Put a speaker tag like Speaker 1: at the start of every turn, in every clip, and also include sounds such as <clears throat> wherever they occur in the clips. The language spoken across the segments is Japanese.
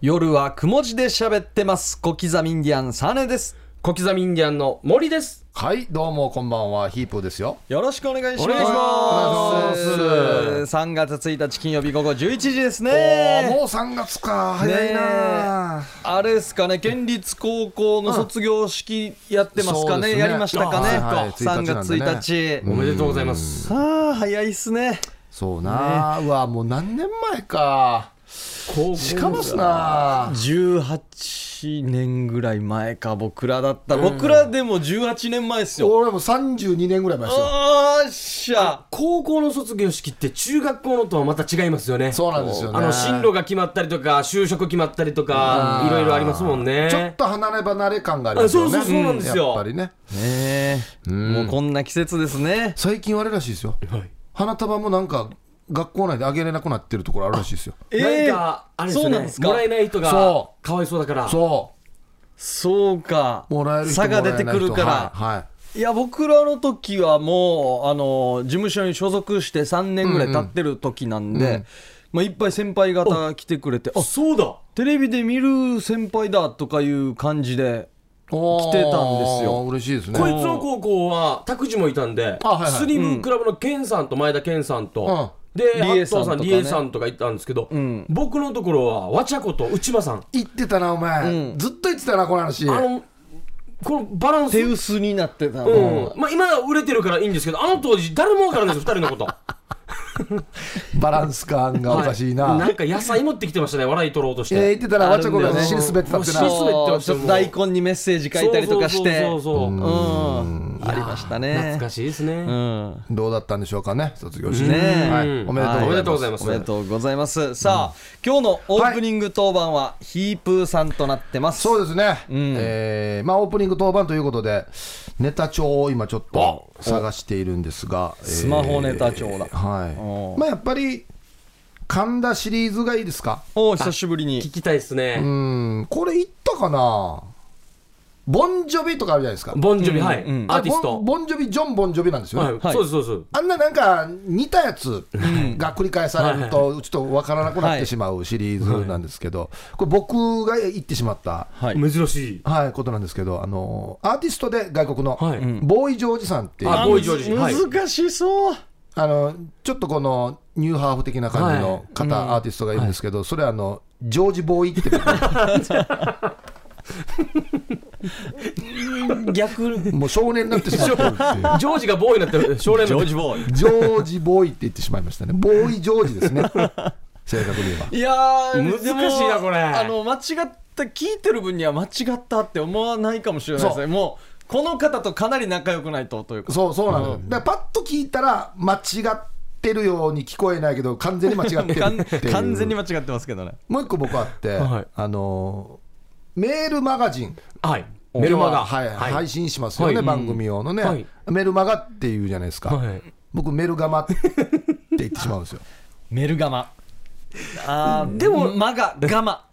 Speaker 1: 夜はくも字で喋ってます。小刻みインディアンサネです。
Speaker 2: 小刻みインディアンの森です。
Speaker 3: はい、どうもこんばんは、ヒープーですよ。
Speaker 1: よろしくお願いします。
Speaker 2: お願いしま
Speaker 1: お
Speaker 2: す
Speaker 1: 願いします3月1日金曜日午後11時です
Speaker 3: おーも
Speaker 1: ね。
Speaker 3: う3月か、早いな、
Speaker 1: あれですかね、県立高校の卒業式やってますか
Speaker 3: そうで
Speaker 1: ね。
Speaker 3: すね
Speaker 1: やりましたかね。
Speaker 3: あはいはい
Speaker 1: 3月
Speaker 3: 1日
Speaker 1: 1日。
Speaker 2: おめでとうございます。
Speaker 1: さあ、早いっすね。
Speaker 3: そうな、うわ、もう何年前か。
Speaker 2: 高校
Speaker 3: しかますな。
Speaker 1: 18年ぐらい前か、僕らだったら。僕らでも18年前ですよ。
Speaker 3: 俺も32年ぐらい前ですよ。
Speaker 1: おーっしゃ。
Speaker 2: 高校の卒業式って中学校のとはまた違いますよね。
Speaker 3: そうなんですよね
Speaker 2: あの進路が決まったりとか、就職決まったりとか、いろいろありますもんね。
Speaker 3: ちょっと離れ離れ感がありますよね。
Speaker 2: あそうそうそうなんですよ
Speaker 3: やっぱりね。
Speaker 1: ねえ、もうこんな季節ですね。
Speaker 3: 最近あれらしいですよ。
Speaker 2: はい
Speaker 3: 花束もなんか学校内であげれなくなってるところあるらしいですよ。
Speaker 2: なん
Speaker 1: えー
Speaker 2: か、あれですよ
Speaker 1: そうなん
Speaker 2: ね
Speaker 1: です。か
Speaker 2: もらえない人が
Speaker 3: そ
Speaker 2: かわいそうだから。
Speaker 3: そ
Speaker 1: そうか。
Speaker 3: う、もらえる人
Speaker 1: 差が出てくる
Speaker 3: も
Speaker 1: から。
Speaker 3: らえない人はい。はい
Speaker 1: い、や、僕らの時はもう、あの、事務所に所属して3年ぐらい経ってる時なんで、まあ、いっぱい先輩方来てくれて、あ、
Speaker 2: そうだ。
Speaker 1: テレビで見る先輩だとかいう感じで、
Speaker 3: 来
Speaker 1: 来てたんですよ
Speaker 3: 嬉しいですね。
Speaker 2: こいつの高校は拓司もいたんで、
Speaker 3: あはいはい
Speaker 2: スリムクラブのケンさんと前田健さんと、で、
Speaker 1: リエ
Speaker 2: ハット
Speaker 1: さんとかね
Speaker 2: リエさんとかいたんですけど、
Speaker 1: ん
Speaker 2: 僕のところはわちゃこと内間さん、
Speaker 3: 言ってたな、お前、
Speaker 1: うん
Speaker 3: ずっと言ってたな、この話。
Speaker 2: あのこのバランス、
Speaker 1: 手薄になってたの。
Speaker 2: うん、まあ今は売れてるからいいんですけど、あの当時誰もわからないですよ二
Speaker 1: <laughs>
Speaker 2: 人のこと。
Speaker 3: バランス感がおかしいな。
Speaker 2: はいなんか野菜持ってきてましたね、笑い取ろうとし
Speaker 3: えー、言
Speaker 2: て
Speaker 3: って。たら、わちゃこがね、
Speaker 1: あるんだよ
Speaker 3: 尻滑ってたってな
Speaker 2: もう。滑ってまし
Speaker 1: ち
Speaker 2: た
Speaker 1: ょ
Speaker 2: よ
Speaker 1: っと大根にメッセージ書いたりとかして、
Speaker 2: そうそうそうそう
Speaker 1: う
Speaker 2: そう。
Speaker 1: ん、ありましたね。
Speaker 2: 懐かしいですね。
Speaker 1: うん。
Speaker 3: どうだったんでしょうかね、卒業式。
Speaker 1: ねえ
Speaker 3: はい
Speaker 2: うん
Speaker 3: おめでとうございます。
Speaker 2: おめでとうございま
Speaker 1: お
Speaker 2: す
Speaker 1: めでとうございます。さあ、今日のオープニング当番はヒープーさんとなってます。
Speaker 3: そうですね、
Speaker 1: ん
Speaker 3: えーまあ、オープニング当番ということで、ネタ帳を今、ちょっと探しているんですが、えー
Speaker 1: スマホネタ帳だ
Speaker 3: は
Speaker 1: お
Speaker 3: いまあ、やっぱり神田シリーズがいいですか、
Speaker 1: おー久しぶりに
Speaker 2: 聞。きたいです
Speaker 3: う
Speaker 2: ね。
Speaker 3: ん、これ、いったかな、ボンジョビとかあるじゃないですか、
Speaker 2: ボンジョビ、はい、
Speaker 1: うん
Speaker 2: アーティス
Speaker 3: あれボ
Speaker 2: ト
Speaker 3: ン。ボンジョビ、ジョン・ボンジョビなんですよね。
Speaker 2: はい、
Speaker 1: はい
Speaker 2: そうですそうで
Speaker 3: あんななんか似たやつが繰り返されると、ちょっと分からなくなってしまうシリーズなんですけど、これ、僕が言ってしまった、
Speaker 1: はい。
Speaker 2: す。珍しい。
Speaker 3: はい、ことなんですけど、あのアーティストで外国の
Speaker 2: はいうん
Speaker 3: ボーイ・ジョージさんっていう、
Speaker 2: あボーイジョージはい
Speaker 1: 難しそう。
Speaker 3: あのちょっとこのニューハーフ的な感じの方、アーティストがいるんですけど、それあの、ジョージ・ボーイって僕、
Speaker 2: 逆に。
Speaker 3: もう少年になってしまってるっていう。
Speaker 2: <laughs> ジョージがボーイになっ
Speaker 1: <laughs>
Speaker 2: てる少年の
Speaker 1: ジボーイ。
Speaker 3: ジョージ・ボーイって言ってしまいましたね。ボーイ・ジョージですね。正確に言えば。
Speaker 1: いやー、
Speaker 2: 難しいな
Speaker 1: でも
Speaker 2: これ
Speaker 1: あの、間違った、聞いてる分には間違ったって思わないかもしれないですね。もう、この方とかなり仲良くないとというか。
Speaker 3: そうそうなの、だからパッと聞いたら間違ってるように聞こえないけど完全に間違って
Speaker 2: <laughs>
Speaker 1: 完
Speaker 3: るっていう
Speaker 1: 完全に間違ってますけどね。
Speaker 3: もう一個僕あって、
Speaker 2: はい
Speaker 3: あのメールマガジン
Speaker 2: はいメルマガ
Speaker 3: 今日ははい配信しますよね、
Speaker 2: はい
Speaker 3: 番組用のね、
Speaker 2: はい
Speaker 3: メルマガっていうじゃないですか、
Speaker 2: はい
Speaker 3: 僕メルガマって言ってしまうん
Speaker 2: <laughs>
Speaker 3: ですよ
Speaker 1: メルガマ。あー、
Speaker 2: で
Speaker 1: で
Speaker 2: も
Speaker 1: も、マガ、ガマ。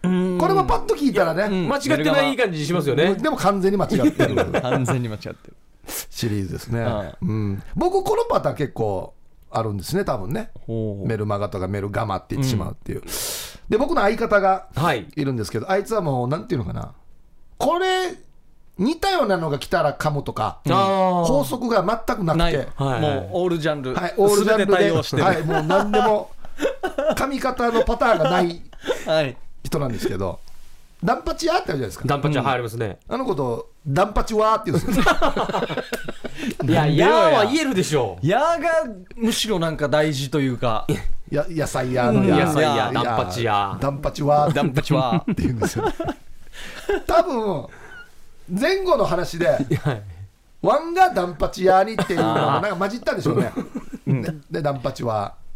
Speaker 3: これはパッと聞いたらね、
Speaker 2: 間違ってない感じしますよね
Speaker 3: でも完全に間違って
Speaker 2: <laughs>
Speaker 3: る
Speaker 1: 完全に間違ってる。
Speaker 3: シリーズですね、
Speaker 1: は
Speaker 3: うん、僕このパターン結構あるんですね多分ね
Speaker 1: ほう
Speaker 3: メルマガとかメルガマって言ってしまうっていう、で僕の相方が
Speaker 2: はい
Speaker 3: いるんですけど、あいつはもう、なんていうのかな、これ、似たようなのが来たらかもとか、
Speaker 2: あー
Speaker 3: 法則が全くなく
Speaker 1: ない、
Speaker 3: て、
Speaker 2: はい
Speaker 1: もうオールジャンル、
Speaker 3: はい、オールジャン
Speaker 1: 全
Speaker 3: ル
Speaker 1: て対
Speaker 3: で、
Speaker 1: 応してる、は
Speaker 3: はいい、もう何でも、髪型のパターンがない人なんですけど、ダンパチやってあるじゃないですか。
Speaker 2: ダンパチは流行りますね
Speaker 3: あのこと、ダンパチはーって言うんですよ。
Speaker 2: いや
Speaker 1: なん
Speaker 2: い
Speaker 1: でよ
Speaker 2: や
Speaker 1: や
Speaker 2: ーは言えるでしょ
Speaker 1: 矢がむしろなんか大事というか、
Speaker 3: や野菜やの
Speaker 1: うん
Speaker 3: や
Speaker 1: 野菜や
Speaker 2: ダンパチや
Speaker 3: ダンパチはー
Speaker 1: ダンパチは
Speaker 3: って言うんですよ、ね。多分前後の話で、
Speaker 2: はい <laughs>
Speaker 3: ワンがダンパチやにっていうのがなんか混じったんでしょうね。ででダンパチは。
Speaker 1: <laughs>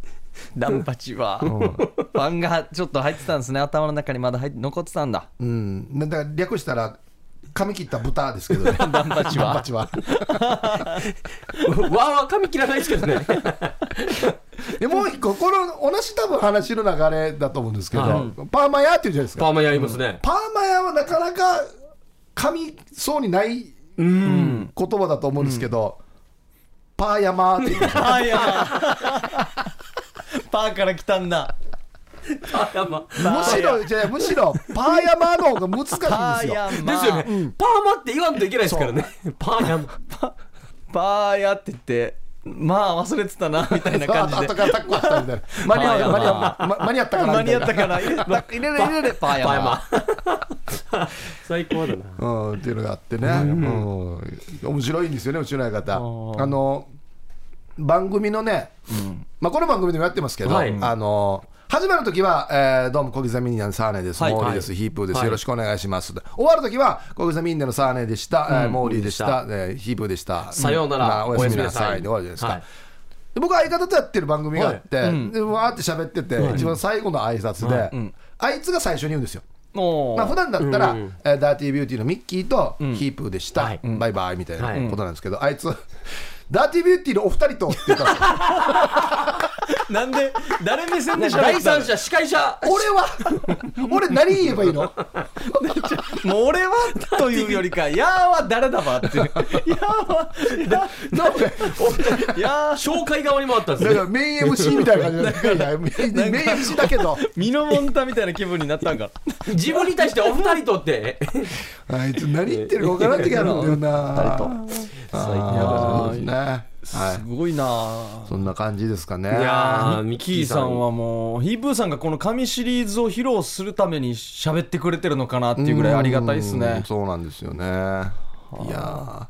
Speaker 1: ダンパチは、ファンがちょっと入ってたんですね、頭の中にまだ入って残ってたんだ。
Speaker 3: うん。だから略したら髪切った豚ですけどね。ダンパチは。
Speaker 2: わーは髪切らないですけ
Speaker 1: <laughs>
Speaker 2: どね
Speaker 3: でもう一個この同じ多分話の流れだと思うんですけど、
Speaker 2: は
Speaker 3: パーマヤっていうじゃないですか。
Speaker 2: パーマやりますね
Speaker 3: パーマヤはなかなか髪そうにない言葉だと思うんですけど、
Speaker 1: <laughs>
Speaker 3: パーヤマーって言うんですよ
Speaker 1: あーいやー、パーから来たんだ。
Speaker 2: <laughs> 山
Speaker 3: むしろ、じゃあむしろ、パーヤマの方が難しいん
Speaker 1: パ
Speaker 3: です
Speaker 1: ー
Speaker 3: よ。
Speaker 1: ヤマ
Speaker 2: ですよね、パーマって言わんといけないですからねパーヤマ
Speaker 1: パーヤって言ってまあ忘れてた <laughs> なみたいな
Speaker 3: あ
Speaker 1: 感
Speaker 3: と
Speaker 1: じ
Speaker 3: あ
Speaker 1: で
Speaker 3: とからタックはしたみ
Speaker 1: <laughs>
Speaker 3: たいな。間に合った、間に合ったま間に合っ
Speaker 1: 間に合った
Speaker 3: たかなみたいな
Speaker 1: かな入れれ入れれ入れれパーヤマ
Speaker 2: 最高 <laughs> だな
Speaker 3: うん、っていうのがあってね、うん、面白いんですよね、うちの相方。あの番組のね、まあ、この番組でもやってますけど、
Speaker 2: はい
Speaker 3: あの始まる時は、えーどうも小刻みになのサーネです、
Speaker 1: はい
Speaker 3: モーリーです、
Speaker 2: はい
Speaker 3: ヒープーです、
Speaker 2: はい
Speaker 3: よろしくお願いします、終わる時は小刻みになのサーネでした、えーモーリーでした、えーヒープーでした、
Speaker 2: さようなら
Speaker 3: おやすみなさいで終わるじゃないですか。で僕は相方とやってる番組があって、でわーって喋ってて、一番最後の挨拶で、あいつが最初に言うんですよ。
Speaker 1: もう
Speaker 3: まあ普段だったら、
Speaker 2: うん
Speaker 3: えーダーティービューティーのミッキーとヒープーでした、
Speaker 2: はい
Speaker 3: バイバイみたい
Speaker 2: はい
Speaker 3: なことなんですけど、あいつ、ダーティービューティーのお二人とって言ったんですよ
Speaker 1: なんで誰目線でしゃ
Speaker 2: 第三者司会者
Speaker 3: 俺は、俺、何言えばいいの
Speaker 1: もう俺はというよりか「やーは誰だば」っていう「やーは
Speaker 3: なんで、
Speaker 1: やー
Speaker 2: 紹介側に回ったんで
Speaker 3: なん
Speaker 2: すね
Speaker 3: かメイン MC みたいな感じで、いやいやメインメイン MC だけど、
Speaker 1: ミノモンタみたいな気分になったんか
Speaker 2: 自分に対してお二人とって
Speaker 3: あいつ、何言ってるか分からん時あるんだよな。あーねは
Speaker 1: すごいなあ
Speaker 3: い、そんな感じですかね。
Speaker 2: いやー
Speaker 1: ミ
Speaker 2: ミ
Speaker 1: ッ
Speaker 2: ッ
Speaker 1: キ
Speaker 2: キ
Speaker 1: ー
Speaker 2: ー
Speaker 1: さ
Speaker 2: さん
Speaker 1: んはもうヒープーさんがこの紙シリーズを披露するために喋ってくれてるのかなっていうぐらいありがたいです
Speaker 3: う
Speaker 1: ね
Speaker 3: んそうなんですよね。いや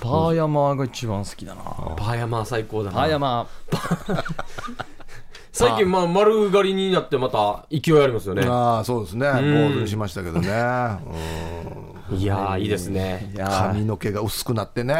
Speaker 1: パーヤマーが一番好きだなパ
Speaker 2: パーヤマ最高だ
Speaker 1: ーヤ
Speaker 2: な
Speaker 1: マ
Speaker 2: 最近まあ丸刈りになってまた勢いありますよね
Speaker 3: ーあーそうですね、ボールにしましたけどね。うん
Speaker 2: いやーいいですね
Speaker 1: ーいや
Speaker 3: 髪の毛が薄くなってね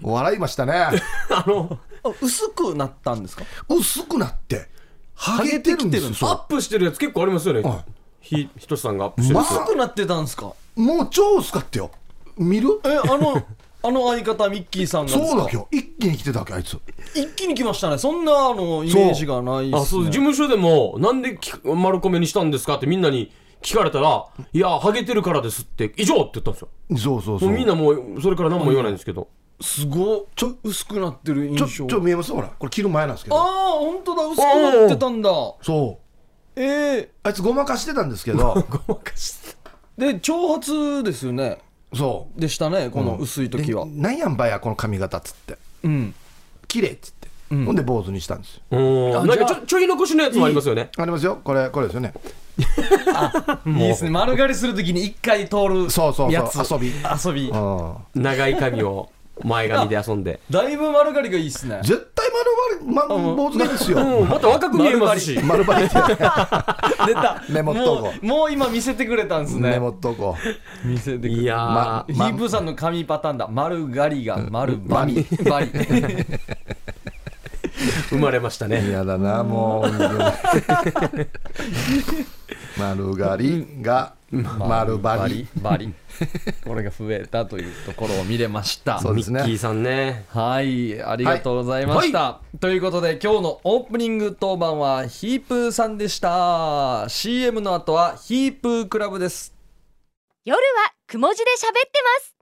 Speaker 3: 笑いましたね
Speaker 2: あの
Speaker 1: あ薄くなったんですか
Speaker 3: 薄くなってハゲてるんですよ
Speaker 2: アップしてるやつ結構ありますよね
Speaker 3: は
Speaker 2: ひひとしさんがアップしてるやつ
Speaker 3: ま
Speaker 1: 薄くなってたんですか
Speaker 3: もう超薄かったよ見る
Speaker 1: えあのあの相方ミッキーさんがですか
Speaker 3: そうだけよ一気に来てたわけあいつ
Speaker 1: 一気に来ましたねそんなあのイメージがないっすね
Speaker 2: あそう事務所でも、なんでき丸米にしたんですかってみんなに聞かれたら、いや、ハゲてるからですって、以上って言ったんですよ。
Speaker 3: そうそう
Speaker 2: も
Speaker 3: そうう
Speaker 2: みんなもう、それから何も言わないんですけど。
Speaker 1: すごいちょ薄くなってる印
Speaker 3: ちょ
Speaker 1: 象
Speaker 3: ちょ見えますほらこれ着る前なんですけ
Speaker 1: あ
Speaker 3: ど
Speaker 1: あ本当だ薄くなってたんだ
Speaker 3: そう
Speaker 1: ええ
Speaker 3: あいつごまかしてたんですけ <laughs> ど
Speaker 2: ごまかして
Speaker 1: で長髪ですよね
Speaker 3: そう
Speaker 1: でしたねこの薄い時は
Speaker 3: でなんやんばやこの髪型っつって
Speaker 1: うん
Speaker 3: 綺麗っつって、ほんで坊主にしたんですよ
Speaker 2: うん。なんかち
Speaker 1: じゃ
Speaker 2: ょちょい残しのやつもありますよね。
Speaker 3: ありますよこれこれですよね
Speaker 1: いいですね丸刈りする時に一回通る
Speaker 3: そうそうそう
Speaker 1: やつ
Speaker 3: 遊び
Speaker 1: 遊び
Speaker 3: うん
Speaker 2: 長い髪を前髪で遊んで。
Speaker 1: だいぶ丸刈りがいいっすね
Speaker 3: 絶対丸ま
Speaker 1: うん
Speaker 3: 坊主がいいですよ
Speaker 2: <laughs> うん、また若く見えますし。
Speaker 3: 丸張りって
Speaker 1: 出た
Speaker 3: メモっとこ
Speaker 1: もうもう今見せてくれたんです
Speaker 3: <laughs>
Speaker 1: ね
Speaker 3: メモっとこう
Speaker 1: 見せてくれ
Speaker 2: い
Speaker 1: た
Speaker 2: やー、
Speaker 3: ま
Speaker 1: ヒープーさんの髪パターンだ丸刈りが丸バリバリ
Speaker 2: 生まれましたね。
Speaker 3: 嫌だな、もう。丸刈りが <laughs> 丸張り。
Speaker 1: バリこれが増えたというところを見れました
Speaker 3: そうですね
Speaker 2: ミッキーさんね。
Speaker 1: はいありがとうございました、ということで今日のオープニング当番はヒープーさんでした CM の後はヒープークラブです
Speaker 4: 夜はくも字で喋ってます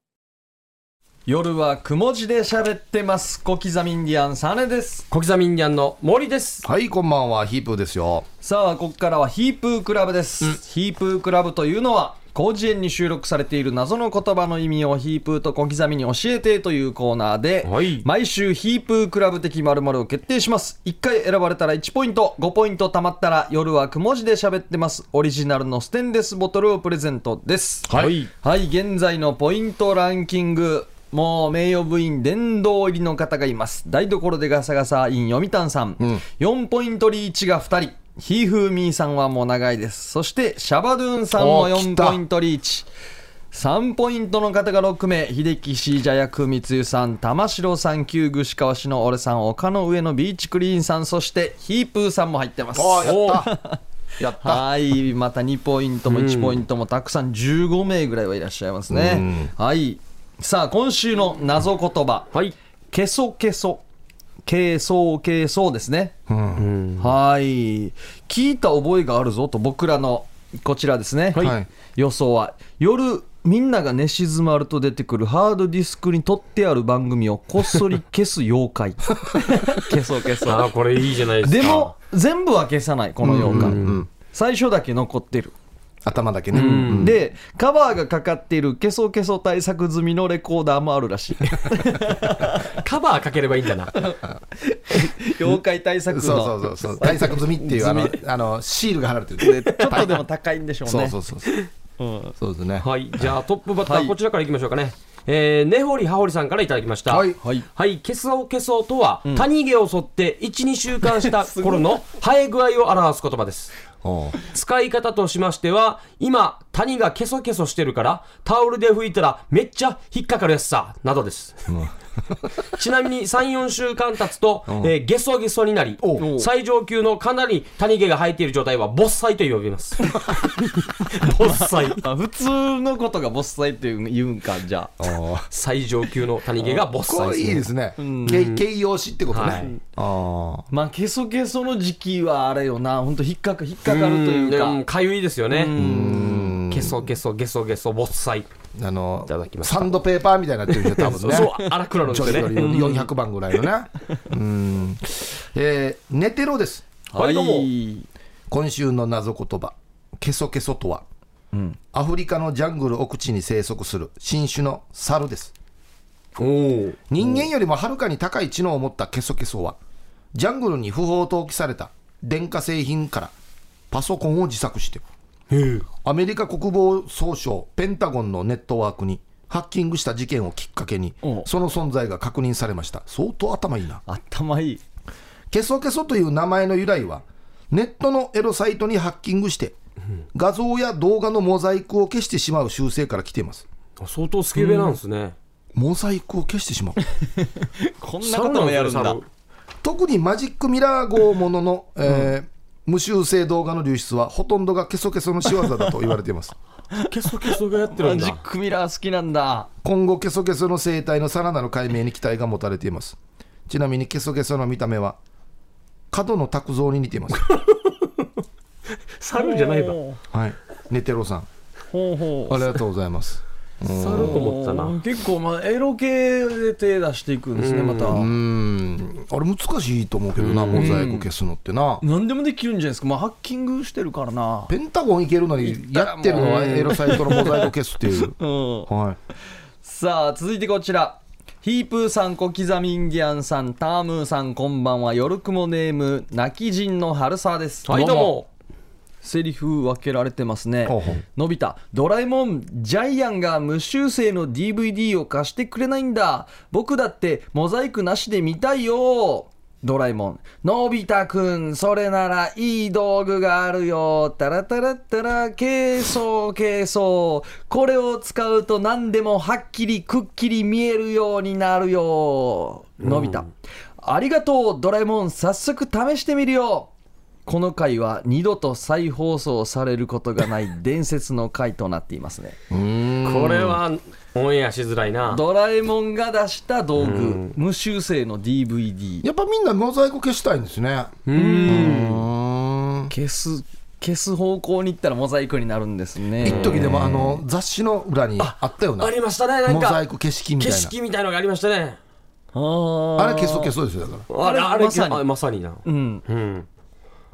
Speaker 1: 夜はくも字で喋ってます小刻みインディアンサネです
Speaker 2: 小刻みインディアンの森です。
Speaker 3: はい、こんばんは、ヒープーですよ。
Speaker 1: さあここからはヒープークラブです、ヒープークラブというのは広辞苑に収録されている謎の言葉の意味をヒープーと小刻みに教えてというコーナーで、
Speaker 2: はい
Speaker 1: 毎週ヒープークラブ的〇〇を決定します1回選ばれたら1ポイント5ポイント貯まったら夜はくも字で喋ってますオリジナルのステンレスボトルをプレゼントです
Speaker 2: はい
Speaker 1: はい現在のポイントランキングもう名誉部員殿堂入りの方がいます台所でガサガサイン読谷さん、4ポイントリーチが2人ひーふーみーさんはもう長いですそしてシャバドゥンさんも
Speaker 3: おー来
Speaker 1: 4
Speaker 3: た
Speaker 1: ポイントリーチ3ポイントの方が6名秀樹シージャヤク三つさん玉城さん旧具志川市の俺さん丘の上のビーチクリーンさんそしてヒープーさんも入ってます
Speaker 3: おー
Speaker 2: お
Speaker 3: や
Speaker 2: ー
Speaker 3: った。やった。
Speaker 1: はいまた2ポイントも1ポイントもたくさん15名ぐらいはいらっしゃいますね、はいさあ今週の謎言葉、
Speaker 2: はい。
Speaker 1: けそけそけそけそですね、はい聞いた覚えがあるぞと僕らのこちらですね、
Speaker 3: はい
Speaker 1: 予想は夜みんなが寝静まると出てくるハードディスクに取ってある番組をこっそり消す妖
Speaker 3: <laughs>
Speaker 1: 怪消そう消そう
Speaker 2: ああ、これいいじゃないですか。
Speaker 1: でも全部は消さないこの洋館、最初だけ残ってる、
Speaker 3: 頭だけね、うん
Speaker 1: でカバーがかかっているケソケソ対策済みのレコーダーもあるら
Speaker 3: <laughs>
Speaker 1: しい
Speaker 2: カバーかければいいんだな。
Speaker 1: 妖怪対策の
Speaker 3: そうそうそうそう対策済みっていうあのあのシールが貼られてる
Speaker 1: ちょっとでも高いんでしょうね
Speaker 3: そうそうそうそうそうですね
Speaker 2: はい、じゃあトップバッタ
Speaker 1: はい
Speaker 2: ー、こちらからいきましょうかね。えー、根掘り葉掘りさんからいただきました。
Speaker 3: はい
Speaker 1: はい
Speaker 2: はい、ケソケソとは、谷毛を剃って1、2週間した頃の生え具合を表す言葉です。
Speaker 3: おう
Speaker 2: 使い方としましては、今、谷がケソケソしてるから、タオルで拭いたらめっちゃ引っかかるやつさ、などです。 <laughs> ちなみに3、4週間経つと、えーゲソゲソになり
Speaker 3: お、
Speaker 2: 最上級のかなり谷毛が生えている状態は、ボッサイと呼びます。ボッサイ。
Speaker 1: あ普通のことがボスサイって言うんかじゃあ
Speaker 3: おう
Speaker 2: 最上級の谷毛がボッ
Speaker 3: こ
Speaker 2: サ
Speaker 3: れ
Speaker 2: イ
Speaker 3: いい
Speaker 2: で
Speaker 3: ですすねけ形容詞ってこと
Speaker 2: はい
Speaker 3: ねあ
Speaker 1: まあケソケソの時期はあれよな本当引っかか引っか
Speaker 2: ね。
Speaker 1: かるという
Speaker 2: うん
Speaker 1: か
Speaker 2: かゆいですよね。ゲソゲソゲソゲソボッサイ。
Speaker 3: ああの
Speaker 2: ただきました
Speaker 3: サンドペーパーみたいになってるんですよ多
Speaker 2: そ
Speaker 3: 分
Speaker 2: う
Speaker 3: ね
Speaker 2: そう、荒くなるんで
Speaker 3: ちょ
Speaker 2: す
Speaker 3: い
Speaker 2: よ
Speaker 3: より
Speaker 2: ね。
Speaker 3: 400番ぐらいの
Speaker 2: <laughs>
Speaker 3: ね。うん。えー、寝てろです。
Speaker 1: はい
Speaker 2: どうも
Speaker 3: 今週の謎言葉。ケソケソとは、アフリカのジャングル奥地に生息する新種の猿です。
Speaker 2: おお。
Speaker 3: 人間よりもはるかに高い知能を持ったケソケソは、ジャングルに不法投棄された電化製品からパソコンを自作して、アメリカ国防総省ペンタゴンのネットワークにハッキングした事件をきっかけに
Speaker 1: おう、
Speaker 3: その存在が確認されました。相当頭いいな。
Speaker 1: 頭いい
Speaker 3: ケソケソという名前の由来はネットのエロサイトにハッキングして画像や動画のモザイクを消してしまう習性から来ています
Speaker 2: 相当スケベなんですね。
Speaker 3: モザイクを消してしまう
Speaker 1: こんなこともやるんだ
Speaker 2: 猿
Speaker 3: 特にマジックミラー号ものの、えー無修正動画の流出はほとんどがケソケソの仕業だと言われています
Speaker 2: ケソケソがやってる
Speaker 1: マ
Speaker 2: ん
Speaker 1: ジ
Speaker 2: だ
Speaker 1: ッ。クミラー好きなんだ
Speaker 3: 今後ケソケソの生態のさらなる解明に期待が持たれていますちなみにケソケソの見た目は角の卓造に似ています、
Speaker 2: 猿じゃないか。
Speaker 1: ほ
Speaker 3: はい、ネテロさん
Speaker 1: うほう
Speaker 3: ありがとうございます
Speaker 2: 猿と思ったな。
Speaker 1: 結構まあエロ系で手出していくんですねまた
Speaker 3: うんあれ難しいと思うけどな、モザイク消すのってな。
Speaker 1: 何でもできるんじゃないですかまあハッキングしてるからな
Speaker 3: ペンタゴン行けるのにやってるのはエロサイトのモザイクを消すって <laughs> いう。
Speaker 1: うん
Speaker 3: は
Speaker 1: さあ続いてこちらヒープーさん小刻みインディアンさんタームーさんこんばんは夜雲ネーム泣き人の春沢です
Speaker 2: はい、どうも。
Speaker 1: セリフ分けられてますね
Speaker 3: ほうほう
Speaker 1: のび太ドラえもんジャイアンが無修正の DVD を貸してくれないんだ僕だってモザイクなしで見たいよドラえもんのび太くんそれならいい道具があるよタラタラタラけいそうけいそうこれを使うと何でもはっきりくっきり見えるようになるよのび太、ありがとうドラえもん早速試してみるよこの回は二度と再放送されることがない伝説の回となっています
Speaker 3: <laughs>
Speaker 1: ね
Speaker 3: い。うん。
Speaker 2: これはオンエアしづらいな。
Speaker 1: ドラえもんが出した道具無修正の DVD
Speaker 3: やっぱみんなモザイク消したいんですね。うん。
Speaker 1: 消す消す方向に行ったらモザイクになるんですね
Speaker 3: 一時でもあの雑誌の裏にあったよな。
Speaker 2: ありましたね、なん
Speaker 3: モザイ
Speaker 2: か。
Speaker 3: ク景色みたい
Speaker 2: 景
Speaker 3: な。
Speaker 2: 色みたいのがありましたね。
Speaker 1: あ
Speaker 3: あれ消そう消そうですよだから。
Speaker 2: あれ、あれ、
Speaker 1: まさに
Speaker 2: あまさにな。
Speaker 1: うん
Speaker 2: うん。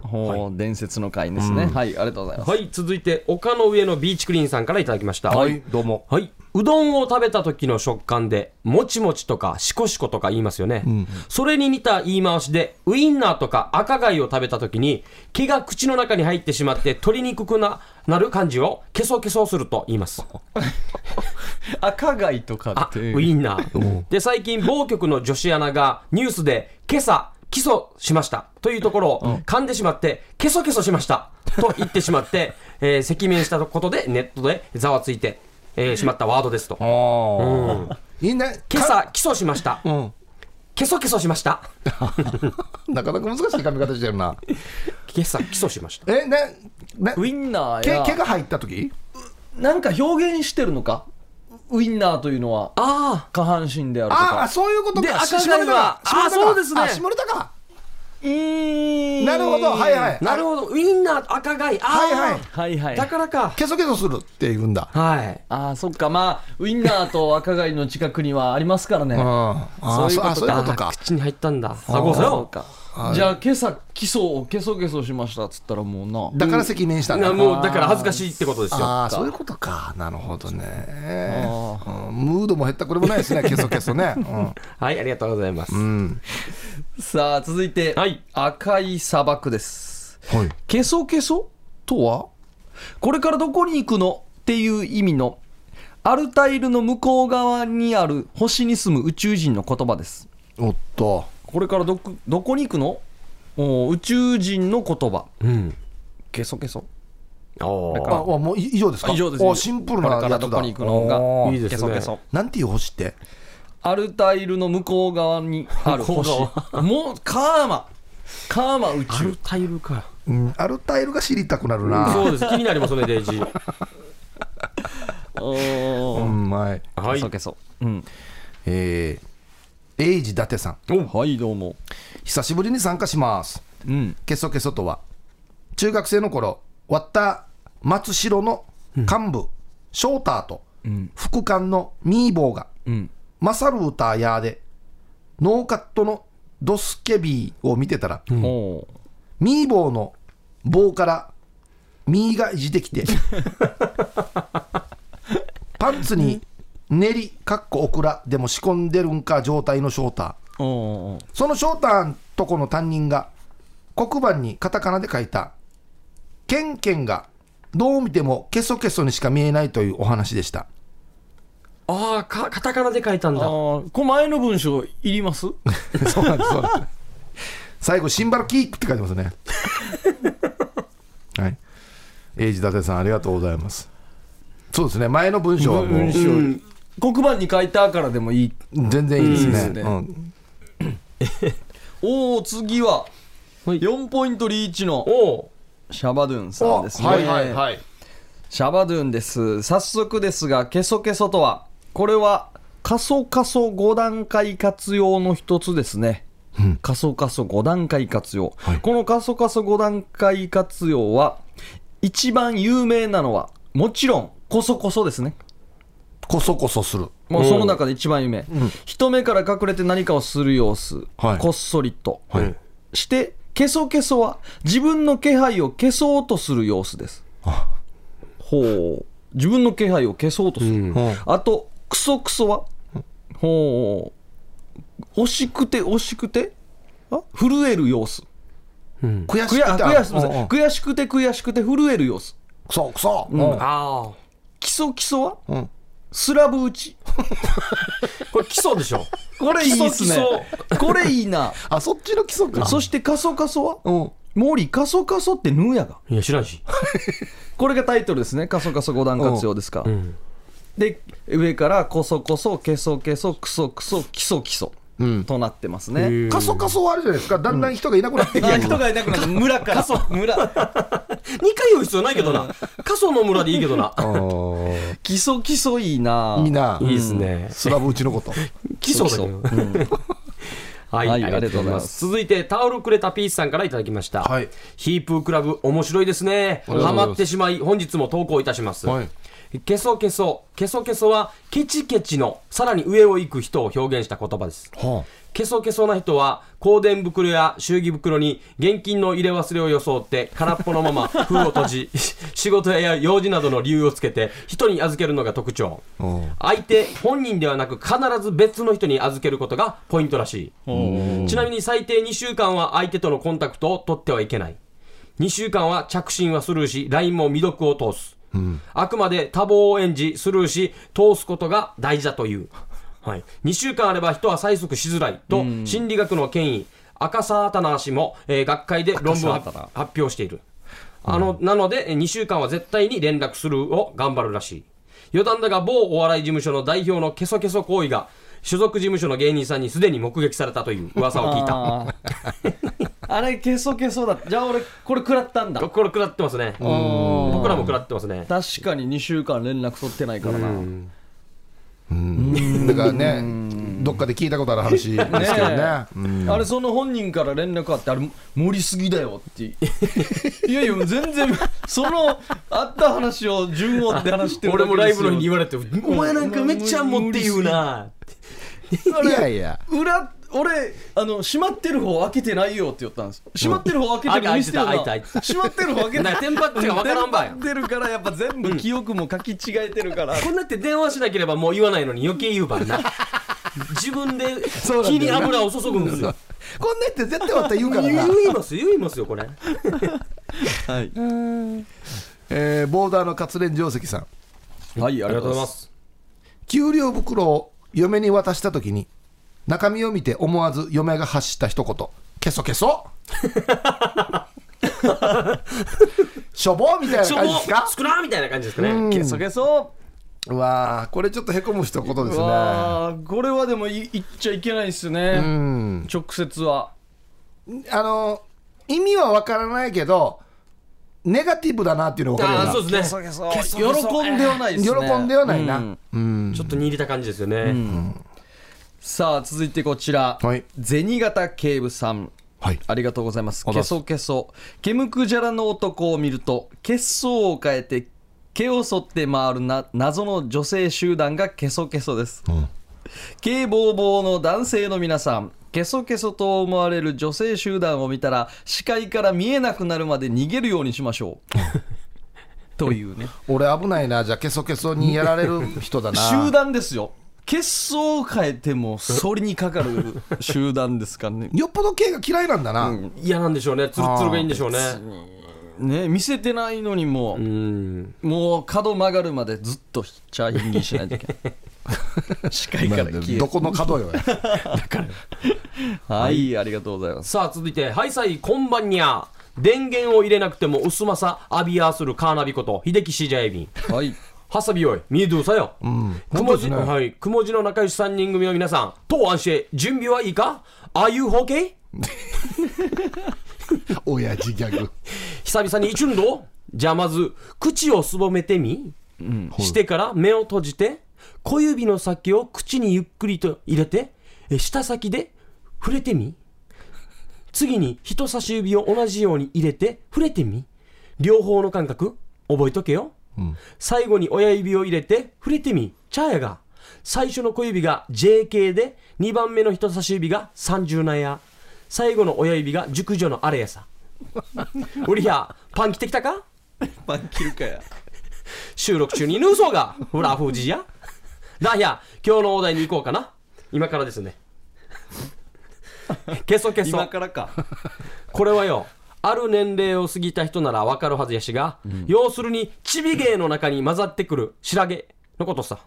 Speaker 1: ほう伝説の回ですね、はいありがとうございます、
Speaker 2: はい、続いて、丘の上のビーチクリーンさんからいただきました。
Speaker 3: はい、どうも。
Speaker 2: はい。うどんを食べた時の食感で、もちもちとかシコシコとか言いますよね。それに似た言い回しで、ウインナーとか赤貝を食べた時に、毛が口の中に入ってしまって取りにくくな、なる感じを、ケソケソすると言います。
Speaker 1: 赤貝とか
Speaker 2: あ
Speaker 1: っ、
Speaker 2: ウ
Speaker 1: て
Speaker 2: インナー。で、最近、某局の女子アナがニュースで、今朝、起訴しましたというところを噛んでしまって、ケソケソしましたと言ってしまって、えー赤面したことでネットでざわついて、えーしまったワードですと。
Speaker 3: ああ。いいね。
Speaker 2: 今朝起訴しました。
Speaker 3: うん。
Speaker 2: けそけそしました。
Speaker 3: なかなか難しい髪型してるな。
Speaker 2: 今朝起訴しました。
Speaker 3: え、ね、ね、
Speaker 1: ウインナー
Speaker 3: 毛
Speaker 1: や
Speaker 3: 毛が入った時
Speaker 1: なんか表現してるのかウインナーというのは
Speaker 2: あ
Speaker 1: 下半身であると
Speaker 3: あ
Speaker 1: か
Speaker 3: あ、そういうこと
Speaker 2: で
Speaker 3: か。
Speaker 2: 赤
Speaker 3: 下
Speaker 2: 貝は
Speaker 3: ネタか下ネタか
Speaker 2: あそうですね
Speaker 3: あ下ネタか。
Speaker 1: うーん
Speaker 3: なるほど、はいはい。
Speaker 2: あ、なる
Speaker 3: ほ
Speaker 2: ほど。ウインナー赤貝。ああ、
Speaker 3: はいはい
Speaker 1: はいはい
Speaker 2: だからか。
Speaker 3: ケソケソするって言うんだ。
Speaker 2: はい。
Speaker 1: ああそっかまあウインナーと赤貝の近くにはありますからね
Speaker 3: あ
Speaker 1: そ
Speaker 3: あ、
Speaker 1: ういうことか
Speaker 3: あそういうこと
Speaker 2: あ
Speaker 3: か。
Speaker 2: 口に入ったんだ。あ、ごめんなさい
Speaker 1: そうかじゃあ今朝基礎をけそけそしましたっつったらもうな
Speaker 3: だから赤面したんだ、
Speaker 2: なもうだから恥ずかしいってことですよ
Speaker 3: ああそういうことかなるほどね、
Speaker 1: あ
Speaker 3: うんムードも減ったこれもない
Speaker 1: <laughs>
Speaker 3: ですねけそけそね、
Speaker 2: はいありがとうございます、
Speaker 3: うんうん、
Speaker 1: さあ続いて、
Speaker 2: はい
Speaker 1: 赤い砂漠です
Speaker 3: はい
Speaker 1: けそけそとはこれからどこに行くのっていう意味のアルタイルの向こう側にある星に住む宇宙人の言葉です
Speaker 3: おっと
Speaker 1: これからどこどこに行くのおー宇宙人の言葉
Speaker 2: うん
Speaker 1: けそけそ
Speaker 2: お
Speaker 3: ああもうい以上ですか
Speaker 1: 以上です
Speaker 3: おシンプルなや
Speaker 1: これか
Speaker 3: つ
Speaker 1: ら
Speaker 3: だ
Speaker 1: どこに行くのが
Speaker 3: おー
Speaker 2: いいです
Speaker 1: け
Speaker 2: ね
Speaker 1: そけそ
Speaker 3: なんていう星って
Speaker 1: アルタイルの向こう側にある星
Speaker 2: 向こ
Speaker 1: もうカーマカーマ宇
Speaker 2: アル
Speaker 1: 宙
Speaker 2: タイルか
Speaker 3: うんアルタイルが知りたくなるな
Speaker 2: そうです気になりますねデイジー
Speaker 1: おー
Speaker 3: うんはい
Speaker 2: は
Speaker 1: け
Speaker 2: い
Speaker 1: そけそうん
Speaker 3: えー、エイジ伊達さん
Speaker 1: はいどうも
Speaker 3: 久しぶりに参加します
Speaker 1: うん
Speaker 3: けそけそとは中学生の頃割った松代の幹部、ショーターと
Speaker 1: うん
Speaker 3: 副官のミーボーが
Speaker 1: うん
Speaker 3: 勝る歌やーでノーカットのドスケビーを見てたら、
Speaker 1: おお
Speaker 3: ミーボーの棒からミーがいじて
Speaker 1: <laughs>
Speaker 3: きてパンツに練りかっこオクラでも仕込んでるんか状態のショーター
Speaker 1: ーおー
Speaker 3: そのショーターんとこの担任が黒板にカタカナで書いた「ケンケンがどう見てもケソケソにしか見えない」というお話でした
Speaker 2: ああかカタカナで書いたん
Speaker 1: あ
Speaker 2: だ
Speaker 1: ーこれ前の文章いります
Speaker 3: そうなんですそうなんです最後シンバルキークって書いてますね <laughs> はい英二舘さんありがとうございますそうですね前の文章はもう
Speaker 1: 文章黒板に書いたからでもいい
Speaker 3: 全然いいですね
Speaker 1: うんですね
Speaker 3: うん
Speaker 1: おお次は
Speaker 2: はい
Speaker 1: 4ポイントリーチの
Speaker 2: おう
Speaker 1: シャバドゥンさんですね
Speaker 3: おはいはい
Speaker 2: はい
Speaker 1: シャバドゥンです早速ですがケソケソとはこれはカソカソ5段階活用の一つですね、カソカソ5段階活用、このカソカソ5段階活用は一番有名なのはもちろんコソコソですね
Speaker 3: こそこそする
Speaker 1: もうその中で一番有名、人目から隠れて何かをする様子、
Speaker 3: はい
Speaker 1: こっそりと、
Speaker 3: はい
Speaker 1: してけそけそは自分の気配を消そうとする様子ですほう自分の気配を消そうとする、
Speaker 3: うん
Speaker 1: あとクソクソはほう惜しくて惜しくてあ震える様子
Speaker 3: 悔
Speaker 1: 悔
Speaker 3: しくて
Speaker 1: 悔しすいません
Speaker 3: うんうん
Speaker 1: 悔しくて悔しくて震える様子
Speaker 3: くそうくそうん
Speaker 2: あ
Speaker 1: キソキソは
Speaker 3: うん
Speaker 1: スラブ打ち
Speaker 2: あこれ基礎でしょ
Speaker 1: これいいっす
Speaker 2: キ
Speaker 1: ね
Speaker 2: ソ
Speaker 1: これいいな
Speaker 3: あそっちの基礎か
Speaker 1: そしてカソカソは
Speaker 3: うん
Speaker 1: 毛利カソカソってヌーやが
Speaker 2: いや知らんし
Speaker 1: これがタイトルですね「カソカソ五段活用」ですか、
Speaker 2: ん
Speaker 1: で上から「こそこそけそけそくそくそきそきそ」となってますね、
Speaker 3: 過疎過疎はあるじゃないですかだんだん人がいなくなってきて
Speaker 1: あ人がいなくなった村から村
Speaker 2: 2回言う必要ないけどな過疎の村でいいけど <laughs> な
Speaker 1: きそきそいいないい
Speaker 3: いな、
Speaker 2: いいですね
Speaker 3: スラブうちのこと
Speaker 2: 基礎だよ <laughs> はい、
Speaker 1: はい
Speaker 2: ありがとうございます。続いて、タオルくれたピースさんからいただきました。
Speaker 3: はい
Speaker 2: ヒープークラブ、面白いですね。
Speaker 3: りがと
Speaker 2: ハ
Speaker 3: うございます
Speaker 2: マってしまい、本日も投稿いたします。
Speaker 3: はい
Speaker 2: ケソケソ、ケソケソは、ケチケチの、さらに上を行く人を表現した言葉です。
Speaker 3: は
Speaker 2: ケソケソな人は、香典袋や祝儀袋に現金の入れ忘れを装って、空っぽのまま封を閉じ、仕事や用事などの理由をつけて、人に預けるのが特徴。相手、本人ではなく、必ず別の人に預けることがポイントらしい。ちなみに最低2週間は相手とのコンタクトを取ってはいけない。2週間は着信はスルーし、LINE も未読を通す。あくまで多忙を演じ、スルーし、通すことが大事だという。はい、2週間あれば人は催促しづらいと、心理学の権威、赤澤棚氏も、えー学会で論文を
Speaker 1: 赤
Speaker 2: 発
Speaker 1: 澤棚
Speaker 2: 発表している。あの、なので、えー2週間は絶対に連絡するを頑張るらしい。余談だが、某お笑い事務所の代表のケソケソ行為が、所属事務所の芸人さんにすでに目撃されたという噂を聞いた。
Speaker 1: あー <laughs> あれけそけそだじゃあ俺これ食らったんだ
Speaker 2: これ食らってますね。僕らも食らってますね。
Speaker 1: 確かに2週間連絡取ってないからな、
Speaker 3: いだからねどっかで聞いたことある話ですけどね
Speaker 1: ねえ
Speaker 3: うん
Speaker 1: あれその本人から連絡あってあれ盛りすぎだよ
Speaker 2: <laughs>
Speaker 1: っていやいや全然そのあった話を順を追って話してる
Speaker 2: 俺もライブの日に言
Speaker 1: わ
Speaker 2: われて、お前なんかめっちゃ持って言うな。
Speaker 3: いやいや
Speaker 1: 裏俺あの閉まってる方開けてないよって言ったんです閉まってる方開けてる
Speaker 2: うん
Speaker 1: 見せてるな
Speaker 2: 開いてた開いてた
Speaker 1: 閉まってる方開けて
Speaker 2: なんかテンパってか分からんばい
Speaker 1: テンパってるからやっぱ全部記憶も書き違えてるから
Speaker 2: <laughs> こんなって電話しなければもう言わないのに余計言うばんな自分で
Speaker 3: そうなんだよな
Speaker 2: 火に油を注ぐんですよ
Speaker 3: こんなやつ絶対また言うから
Speaker 2: 言
Speaker 3: な。
Speaker 2: います言いますよこれ
Speaker 1: はい、
Speaker 3: えーボーダーの活連定石さん。
Speaker 1: はい、
Speaker 2: あ
Speaker 1: あ
Speaker 2: り
Speaker 1: りが
Speaker 2: がと
Speaker 1: と
Speaker 2: う
Speaker 1: うご
Speaker 2: ご
Speaker 1: ざい
Speaker 2: ざいま
Speaker 1: ますす
Speaker 3: 給料袋を嫁に渡したときに、中身を見て思わず嫁が発した一言。けそ
Speaker 1: <laughs>
Speaker 3: けそしょぼみたいな
Speaker 2: 消
Speaker 3: 感じですか
Speaker 2: 防少なみたいな感じですかね、
Speaker 1: ゲソゲソ
Speaker 3: うわあこれちょっとへこむ一言です
Speaker 1: う
Speaker 3: ね
Speaker 1: わーこれはでもい言っちゃいけないですね、
Speaker 3: うん
Speaker 1: 直接は
Speaker 3: あの意味はわからないけどネガティブだなっていうのが分かる
Speaker 2: ああ
Speaker 3: よ
Speaker 2: そ
Speaker 3: な
Speaker 2: うですね
Speaker 1: 喜んではないですね
Speaker 3: 喜んではないな、
Speaker 1: う
Speaker 3: うん
Speaker 1: ん
Speaker 2: ちょっと握れた感じですよね、
Speaker 1: さあ続いてこちら、
Speaker 3: はい
Speaker 1: 銭形警部さん
Speaker 3: はい
Speaker 1: ありがとうございます。
Speaker 3: あざ
Speaker 1: けそけそ。ケムクジャラの男を見ると、血相を変えて、毛を剃って回るな謎の女性集団がけそけそです。警棒棒の男性の皆さん、けそけそと思われる女性集団を見たら、視界から見えなくなるまで逃げるようにしましょ
Speaker 3: <laughs>
Speaker 1: う。というね。
Speaker 3: 俺危ないなじゃあけそけそにやられる人 <laughs> だな
Speaker 1: 集団ですよ。血相を変えても、そりにかかる集団ですかね。
Speaker 3: よっぽど系が嫌いなんだな、
Speaker 2: 嫌なんでしょうねつるつるがいいんでしょうね
Speaker 1: ね、見せてないのにもう
Speaker 2: う。ん
Speaker 1: もう角曲がるまでずっとチャーヒンにしないといけない。視界から消え
Speaker 3: どこの角よ
Speaker 1: はい、ありがとうございます。
Speaker 2: さあ続いて「はいさいこんばんにゃ」電源を入れなくても薄まさアビアーするカーナビこと秀樹シジャエビン
Speaker 1: はい。
Speaker 2: はさびよい、見えてるさよ。くもじ、
Speaker 3: 本当ですね
Speaker 2: はい、くもじの仲良し3人組の皆さん、当安心、準備はいいか ?Are you okay?
Speaker 3: <laughs> 親父ギャグ
Speaker 2: 久々に一運動じゃあまず、口をすぼめてみ。してから目を閉じて、小指の先を口にゆっくりと入れて、え舌先で触れてみ。次に人差し指を同じように入れて触れてみ。両方の感覚、覚えとけよ。最後に親指を入れて触れてみチャーヤが最初の小指が JK で2番目の人差し指が30なんや最後の親指が熟女のあれやさ俺やパン着てきたか
Speaker 1: パン切るかや。
Speaker 2: 収録中にヌーソーがほら富士やだや今日のお題に行こうかな今からですねけそけそ
Speaker 1: 今からか。
Speaker 2: これはよある年齢を過ぎた人ならわかるはずやしが、要するにチビ芸の中に混ざってくる白毛のことさ、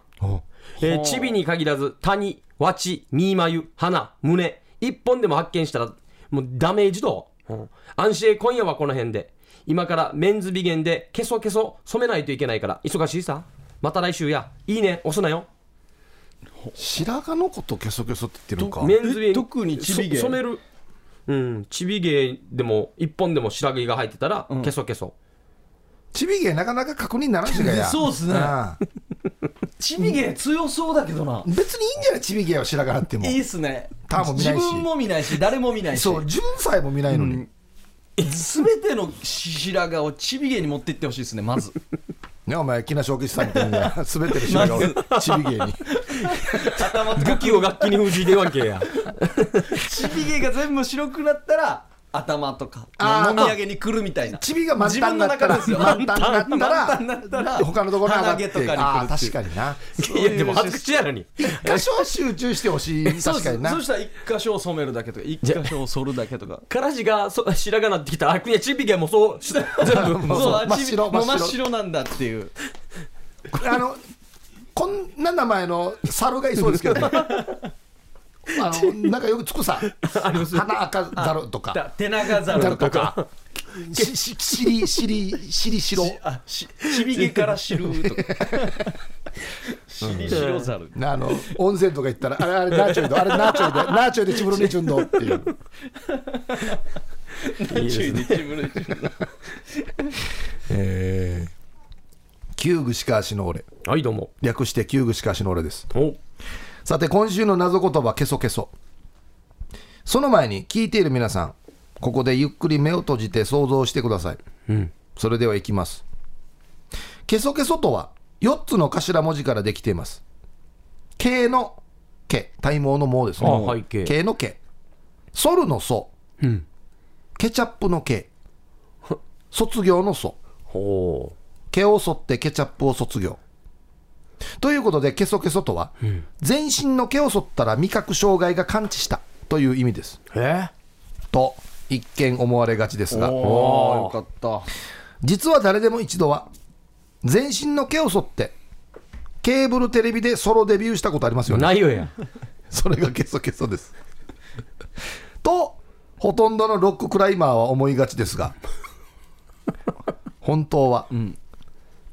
Speaker 2: えー、チビに限らず谷わちみーまゆ花胸一本でも発見したらもうダメージどう、うん、安心へ今夜はこの辺で今からメンズ美言でけそけそ染めないといけないから忙しいさまた来週やいいね押すなよ
Speaker 3: 白髪のことけそけそって言ってるのか
Speaker 2: メンズ
Speaker 1: え特にチビ芸
Speaker 2: そ染めるうんチビ芸でも一本でも白毛が入ってたら、けそけそ
Speaker 3: ちびげなかなか確認ならんしがや
Speaker 1: そうっすね
Speaker 3: ああ
Speaker 1: チビゲ強そうだけどな。
Speaker 3: 別にいいんじゃないちびげは白髪なんても
Speaker 1: いいっすね。
Speaker 3: ターンも見ないし
Speaker 1: 自分も見ないし、誰も見ないし。
Speaker 3: そう純歳も見ないのに、
Speaker 1: すべての白髪をチビゲに持っていってほしいですね、まず。
Speaker 3: ねお前木梨昭吉さんみたい <laughs> な滑ってる白髪をちびげに
Speaker 2: 武器を楽器に封じ入れるわけや
Speaker 1: チビゲが全部白くなったら、頭とか、
Speaker 3: あー
Speaker 1: もみあげに来るみたいな。
Speaker 3: ちびが満タンになったら
Speaker 1: 自分の中
Speaker 3: 満
Speaker 1: ですよ
Speaker 3: タンになった
Speaker 1: 満
Speaker 3: ら
Speaker 1: タンになったら
Speaker 3: 他のところに上がって
Speaker 1: 鼻毛とかに来るっていう
Speaker 3: ああ確かにない
Speaker 2: やでも恥ずかしいやのに
Speaker 3: 一箇所集中してほしい
Speaker 1: そうで
Speaker 3: 確
Speaker 1: す
Speaker 3: かにな
Speaker 1: そうしたら一箇所を染めるだけとか、一箇所を剃るだけとか。
Speaker 2: からしがそ白髪なってきたらあいやチビ芸もそうし全部
Speaker 1: そう
Speaker 3: <laughs> そう
Speaker 1: あ
Speaker 3: 真っ
Speaker 1: チビ
Speaker 3: 白
Speaker 1: もう
Speaker 3: 真
Speaker 1: 真
Speaker 3: っ白
Speaker 1: っ白なんだっていう。
Speaker 3: あの、こんな名前の猿がいそうです <laughs> けどね。あの、なんかよくつくさ。鼻赤猿とか。
Speaker 1: だ手長ザ
Speaker 3: 猿
Speaker 1: ル
Speaker 3: と
Speaker 1: とか。
Speaker 3: か。し、し、しり、しり、しりしろ。
Speaker 1: あ、し、ちびげから知ると
Speaker 3: <laughs>
Speaker 1: か。しりしろザル。
Speaker 3: あの、温泉とか行ったら、あれ、あれ、ナーチョイド、あれ、ナーチョイド、ナーチョイド、チブロネチュンドっていう。
Speaker 2: いいですね
Speaker 1: <laughs> 注意で自分の一部の
Speaker 3: えー旧具しか足の俺。
Speaker 2: はいどうも
Speaker 3: 略して旧具しか足の俺です。
Speaker 2: お
Speaker 3: さて今週の謎言葉けそけそその前に聞いている皆さんここでゆっくり目を閉じて想像してください、それではいきますけそけそとは4つの頭文字からできています「け」の毛体毛の毛です
Speaker 2: あ
Speaker 3: ね
Speaker 2: 背景
Speaker 3: 毛の毛ソルのソ
Speaker 2: うん
Speaker 3: ケチャップの毛卒業のソ
Speaker 2: ほ
Speaker 3: 毛を剃ってケチャップを卒業ということでケソケソとは、全身の毛を剃ったら味覚障害が完治したという意味です
Speaker 2: うえ
Speaker 3: と一見思われがちですが
Speaker 1: おーよかっ
Speaker 3: 実は誰でも一度は全身の毛を剃ってケーブルテレビでソロデビューしたことありますよね
Speaker 2: ないよや
Speaker 3: それがケソケソです。と、ほとんどのロッククライマーは思いがちですが、本当は、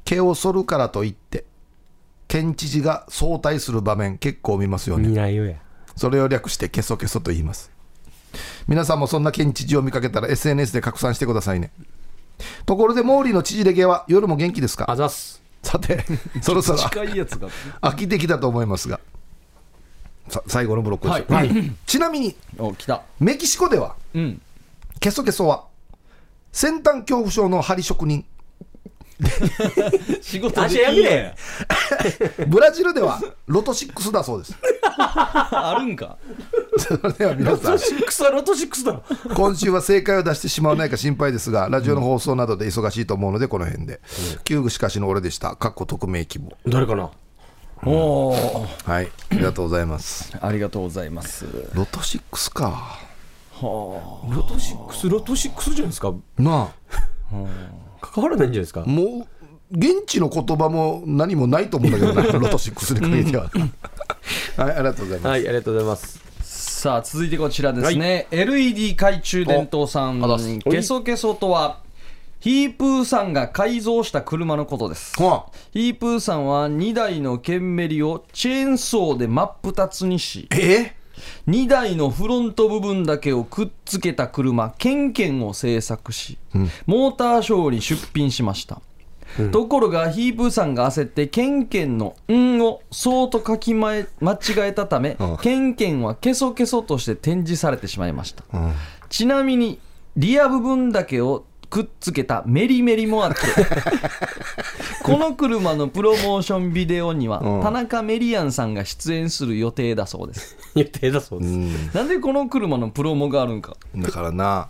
Speaker 3: 毛を剃るからといって、県知事が早退する場面結構見ますよね。
Speaker 2: 見ないよや
Speaker 3: それを略してケソケソと言います。皆さんもそんな県知事を見かけたら SNS で拡散してくださいね。ところで、モーリーの知事レゲは夜も元気です
Speaker 2: あ
Speaker 3: か
Speaker 2: ざっす
Speaker 3: さて、そろそろ
Speaker 1: た近いやつだ
Speaker 3: 飽きてきたと思いますが、さ最後のブロックです。
Speaker 1: はい
Speaker 3: <clears throat> ちなみに、
Speaker 1: お来た
Speaker 3: メキシコでは
Speaker 1: うん
Speaker 3: ケソケソは先端恐怖症の針職人
Speaker 1: 仕事
Speaker 2: 足やめれ
Speaker 3: ブラジルではロト6だそうです
Speaker 1: あるんか
Speaker 3: それでは皆さん
Speaker 2: シックスはロトシックスだろ
Speaker 3: 今週は正解を出してしまわないか心配ですがラジオの放送などで忙しいと思うのでこの辺で「キューグしかしの俺でした」「かっこ匿名希望
Speaker 2: 誰かな
Speaker 1: おお」
Speaker 3: はいありがとうございます
Speaker 1: ありがとうございます
Speaker 3: ロト6か
Speaker 2: ロトシックスロトシックスじゃないですか
Speaker 3: な
Speaker 2: 関わらないんじゃないですか
Speaker 3: あもう現地の言葉も何もないと思うんだけどなロト6に限っては <laughs> はいありがとうございます、
Speaker 2: はいありがとうございます
Speaker 1: さあ続いてこちらですね、LED 懐中電灯さん
Speaker 3: おあざす
Speaker 1: ゲソゲソとはヒープーさんが改造した車のことです
Speaker 3: はあ
Speaker 1: ヒープーさんは2台のケンメリをチェーンソーで真っ二つにし
Speaker 3: え
Speaker 1: 2台のフロント部分だけをくっつけた車ケンケンを制作し、モーターショーに出品しました、ところがヒープーさんが焦ってケンケンの「ん」をそうと書きまえ間違えたため、
Speaker 3: うん
Speaker 1: ケンケンはケソケソとして展示されてしまいました、ちなみにリア部分だけをくっつけたメリメリ
Speaker 3: <laughs>
Speaker 1: もあってこの車のプロモーションビデオには、
Speaker 3: うん
Speaker 1: 田中メリアンさんが出演する予定だそうです
Speaker 2: 予定だそうで
Speaker 3: う
Speaker 2: す
Speaker 3: ん
Speaker 1: なんでこの車のプロモがあるんか。
Speaker 3: だからな、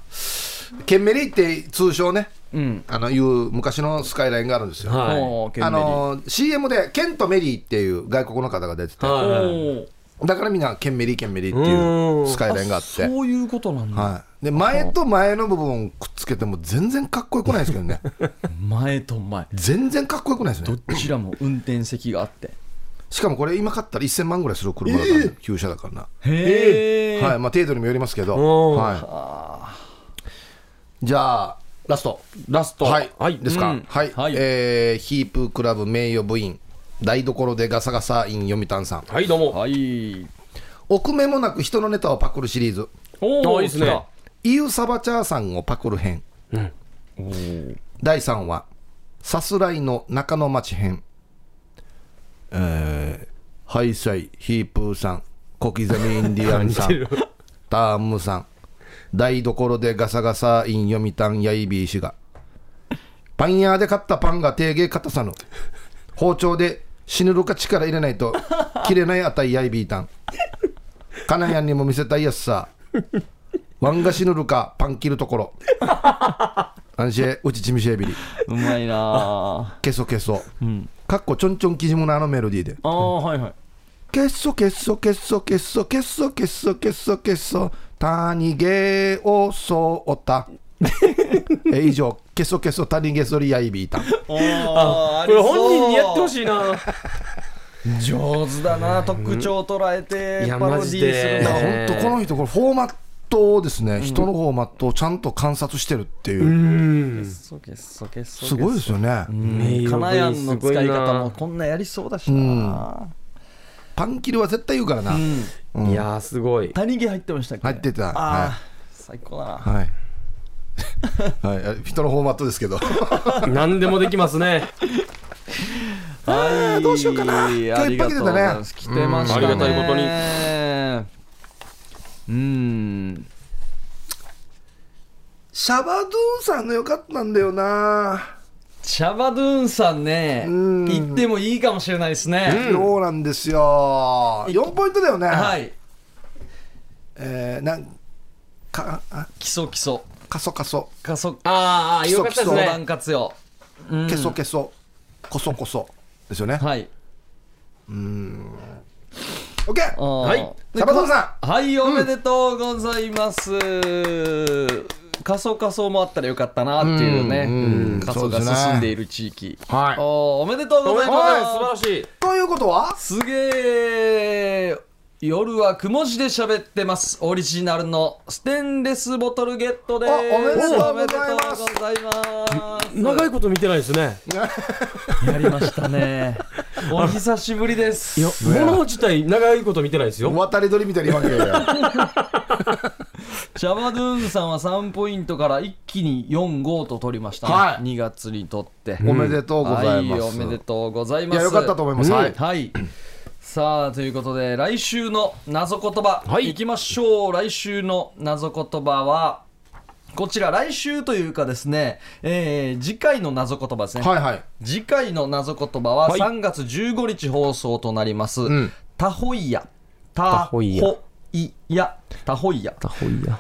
Speaker 3: ケンメリって通称ね、
Speaker 1: うん。
Speaker 3: あのいう昔のスカイラインがあるんですよ。
Speaker 2: はい
Speaker 1: おーケン
Speaker 3: あ
Speaker 1: ベリー
Speaker 3: の CM でケンとメリーっていう外国の方が出てて、
Speaker 2: はいはいはい
Speaker 1: おー
Speaker 3: だからみんなケンメリー、ケンメリーって
Speaker 2: う
Speaker 3: いうんスカイラインがあって、
Speaker 1: そういうことなんだ。
Speaker 3: はい、で前と前の部分をくっつけても全然かっこよくないですけどね、
Speaker 1: 前と前。
Speaker 3: 全然かっこよくないです
Speaker 1: ど
Speaker 3: ね。
Speaker 1: ちらも運転席があって。
Speaker 3: しかもこれ、今買ったら1000万ぐらいする車だから、ね旧車だからな。
Speaker 1: へえ。
Speaker 3: はいまあ、程度にもよりますけど、
Speaker 2: おー
Speaker 3: はい、じゃあ、ラスト。
Speaker 2: ラスト
Speaker 3: はい、
Speaker 2: はい
Speaker 3: ですか、
Speaker 1: うん
Speaker 3: はい、
Speaker 1: はい
Speaker 3: えーヒープークラブ名誉部員台所でガサガサイン読谷さん
Speaker 2: はいどうも
Speaker 1: はい。
Speaker 3: 臆面もなく人のネタをパクるシリーズ
Speaker 1: お
Speaker 2: あいいっすね
Speaker 1: 来
Speaker 3: イウサバチャーさんをパクる編、第3話さすらいの中野町編えー、ハイサイヒープーさん小刻みインディアンさ
Speaker 2: 似て
Speaker 3: ん
Speaker 2: る
Speaker 3: タームさん台所でガサガサイン読谷やいびー氏がパン屋で買ったパンが定芸硬さぬ包丁で死ぬるか力入れないと切れないあたいやいびーたんカナヤンにも見せたいやつさワンが死ぬるかパン切るとこ <laughs> ろ安心うちちみしえびり
Speaker 1: たうまいな
Speaker 3: けそけそ、かっこちょんちょんきじむのあのメロディーで
Speaker 1: あ。ああ、はいはい。
Speaker 3: けそけそけそけそけそけそけそけそ谷毛をそう <laughs> たえ以上けそけそ谷毛そりやいびいた
Speaker 1: あ
Speaker 2: これ本人にやってほしいな
Speaker 1: 上手だな特徴捉え
Speaker 2: うんい
Speaker 1: て
Speaker 2: や
Speaker 1: パロデ
Speaker 2: マジ
Speaker 1: ィー
Speaker 2: で
Speaker 1: するん
Speaker 3: だ
Speaker 1: だ
Speaker 3: か
Speaker 1: もん
Speaker 3: ら本当この人これフォーマットをですね、人のフォーマットをちゃんと観察してるっていう、
Speaker 2: うん
Speaker 1: そけそけそ
Speaker 3: すごいですすよね、
Speaker 1: カナヤンの使い方もこんなやりそうだしな
Speaker 3: パン切ルは絶対言うからな、
Speaker 1: うん
Speaker 2: いやーすごい
Speaker 1: 谷毛入ってましたっけ
Speaker 3: 入ってた
Speaker 1: あ
Speaker 3: はい
Speaker 1: あ最高だな
Speaker 3: はい <laughs> はい、人のフォーマットですけ <laughs> ど
Speaker 2: 何でもできますね
Speaker 1: ああどうしようかな。
Speaker 3: 今日いっぱい来てたね
Speaker 1: 来てましたね。
Speaker 2: うんありがたいことに
Speaker 1: に。うん。
Speaker 3: シャバドゥンさんのよかったんだよな
Speaker 1: チャバドゥーンさんね
Speaker 3: うん
Speaker 1: 行ってもいいかもしれないですね、
Speaker 3: そうなんですよ。4ポイントだよね。
Speaker 1: はい
Speaker 3: えー、なんか、あ
Speaker 1: 基礎基礎
Speaker 3: かそかそ、
Speaker 1: 加速
Speaker 2: あーあー、よかったです
Speaker 1: 相
Speaker 2: ね
Speaker 1: 談。活用
Speaker 3: けそけそ、こそこそ。ですよね。
Speaker 1: はい
Speaker 3: オッケー
Speaker 2: はい
Speaker 1: で
Speaker 3: サバトンさ
Speaker 1: はい、おめでとうございます。仮想仮想もあったらよかったなっていうね、
Speaker 3: うんうん
Speaker 1: 仮想が
Speaker 3: そうですね
Speaker 1: 進んでいる地域。
Speaker 3: んは
Speaker 1: おーおめでとうございま
Speaker 2: はい、素晴らしい。
Speaker 3: ということは
Speaker 1: す。すげー。夜はくも字で喋ってます。オリジナルのステンレスボトルゲットです。
Speaker 3: あおめでとうございます
Speaker 1: おめでとうございます。
Speaker 2: 長いこと見てないですね。
Speaker 1: やりましたね。お久しぶりです。
Speaker 2: いや、物自体長いこと見てないですよ。
Speaker 3: 渡り鳥みたいに言わんけ <laughs> ど
Speaker 1: ジャバドゥーンさんは3ポイントから一気に4、5と取りましたね、
Speaker 3: はい
Speaker 1: 2月にとって。
Speaker 3: おめでとうございます。
Speaker 1: はい、おめでとうございます。
Speaker 3: いや良かったと思います
Speaker 1: うん
Speaker 3: はい
Speaker 1: はい。さあということで来週の謎言葉、、
Speaker 2: はいい
Speaker 1: きましょう来週の謎言葉はこちら来週というかですね、えー次回の謎言葉ですね、
Speaker 3: はいはい。
Speaker 1: 次回の謎言葉は
Speaker 2: はい
Speaker 1: 3月15日放送となります、
Speaker 3: ん
Speaker 1: タホイヤタホ
Speaker 2: ホ
Speaker 1: イ
Speaker 2: イヤ
Speaker 1: ヤタホイヤ
Speaker 2: タホイヤ。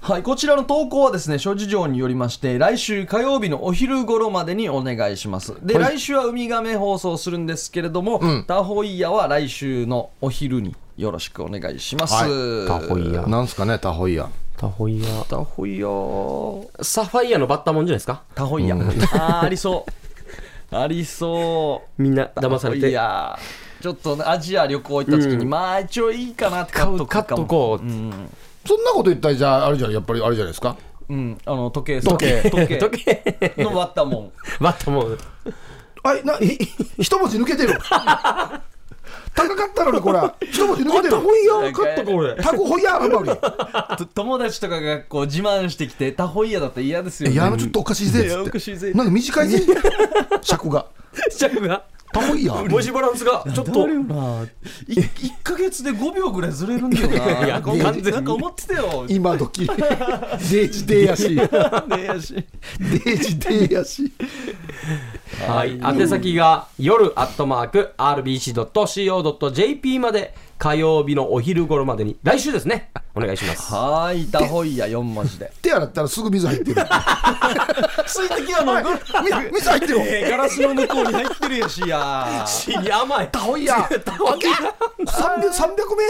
Speaker 1: はい、こちらの投稿はですね、諸事情によりまして、来週火曜日のお昼頃までにお願いします。で、来週はウミガメ放送するんですけれども、タホイヤは来週のお昼によろしくお願いします。
Speaker 3: は
Speaker 2: タホイヤ。
Speaker 3: なんすかね、タホイヤ。
Speaker 2: タホイヤ。
Speaker 1: タホイヤー
Speaker 2: サファイアのバッタモンじゃないですか。
Speaker 1: タホイヤ。あー、あり
Speaker 2: <laughs>
Speaker 1: そう。ありそう。
Speaker 2: みんな騙さ
Speaker 1: タホ
Speaker 2: れ
Speaker 1: イ
Speaker 2: て。
Speaker 1: ヤーちょっとねアジア旅行行った時に、
Speaker 2: うん
Speaker 1: まあ一応いいかなって買
Speaker 2: 買
Speaker 1: っ
Speaker 2: う
Speaker 1: と
Speaker 2: 買
Speaker 1: く
Speaker 2: っ
Speaker 1: か
Speaker 2: と
Speaker 1: も。
Speaker 2: こう。
Speaker 3: そんなこと言ったら、じゃあ、あるじゃん、やっぱりあるじゃないですか。
Speaker 1: うん、あの時計さん
Speaker 3: 時計
Speaker 1: 時計
Speaker 2: <laughs> 時計。
Speaker 1: の割ったもん。
Speaker 2: バッタモン。
Speaker 3: はい、な、ひ一文字抜け <laughs> てる。高かったのに、これ。一文字抜けてる。
Speaker 2: イヤ買っとこう俺。
Speaker 3: <laughs> タコホイヤー
Speaker 1: <laughs>
Speaker 3: の
Speaker 1: と友達とかがこう自慢してきてタホイヤだったら嫌ですよ
Speaker 3: い
Speaker 1: ね
Speaker 3: や、あのちょっとおかしいぜ。
Speaker 1: いやおか
Speaker 3: つ
Speaker 1: しい
Speaker 3: っ
Speaker 1: ぜ
Speaker 3: てなんか短いぜ。
Speaker 1: <laughs>
Speaker 3: 尺が。
Speaker 2: シャクが。
Speaker 3: タホイヤー。
Speaker 2: 文字バランスがちょっ
Speaker 1: い
Speaker 2: と。
Speaker 1: 1か月で5秒ぐらいずれるんだよな
Speaker 2: い
Speaker 1: な
Speaker 2: や
Speaker 1: んか思っ
Speaker 2: 完全に
Speaker 1: なんか思ってたよ
Speaker 3: 今時。デージデーやし。デ
Speaker 1: ねやし
Speaker 3: ージデーやし。
Speaker 2: はい、宛先が夜アットマーク RBC.CO.JP まで火曜日のお昼頃までに来週ですねお願いし <laughs> ます
Speaker 1: はーいタホイヤ4文 <laughs> 字で
Speaker 3: 手洗ったらすぐ水入って
Speaker 1: <laughs>
Speaker 3: る。
Speaker 1: 水滴はの
Speaker 3: み水入ってる。
Speaker 1: ガラスの向こうに入ってるやしや
Speaker 2: 死に甘い
Speaker 3: タホイヤー。
Speaker 2: タホイヤ
Speaker 3: 300メー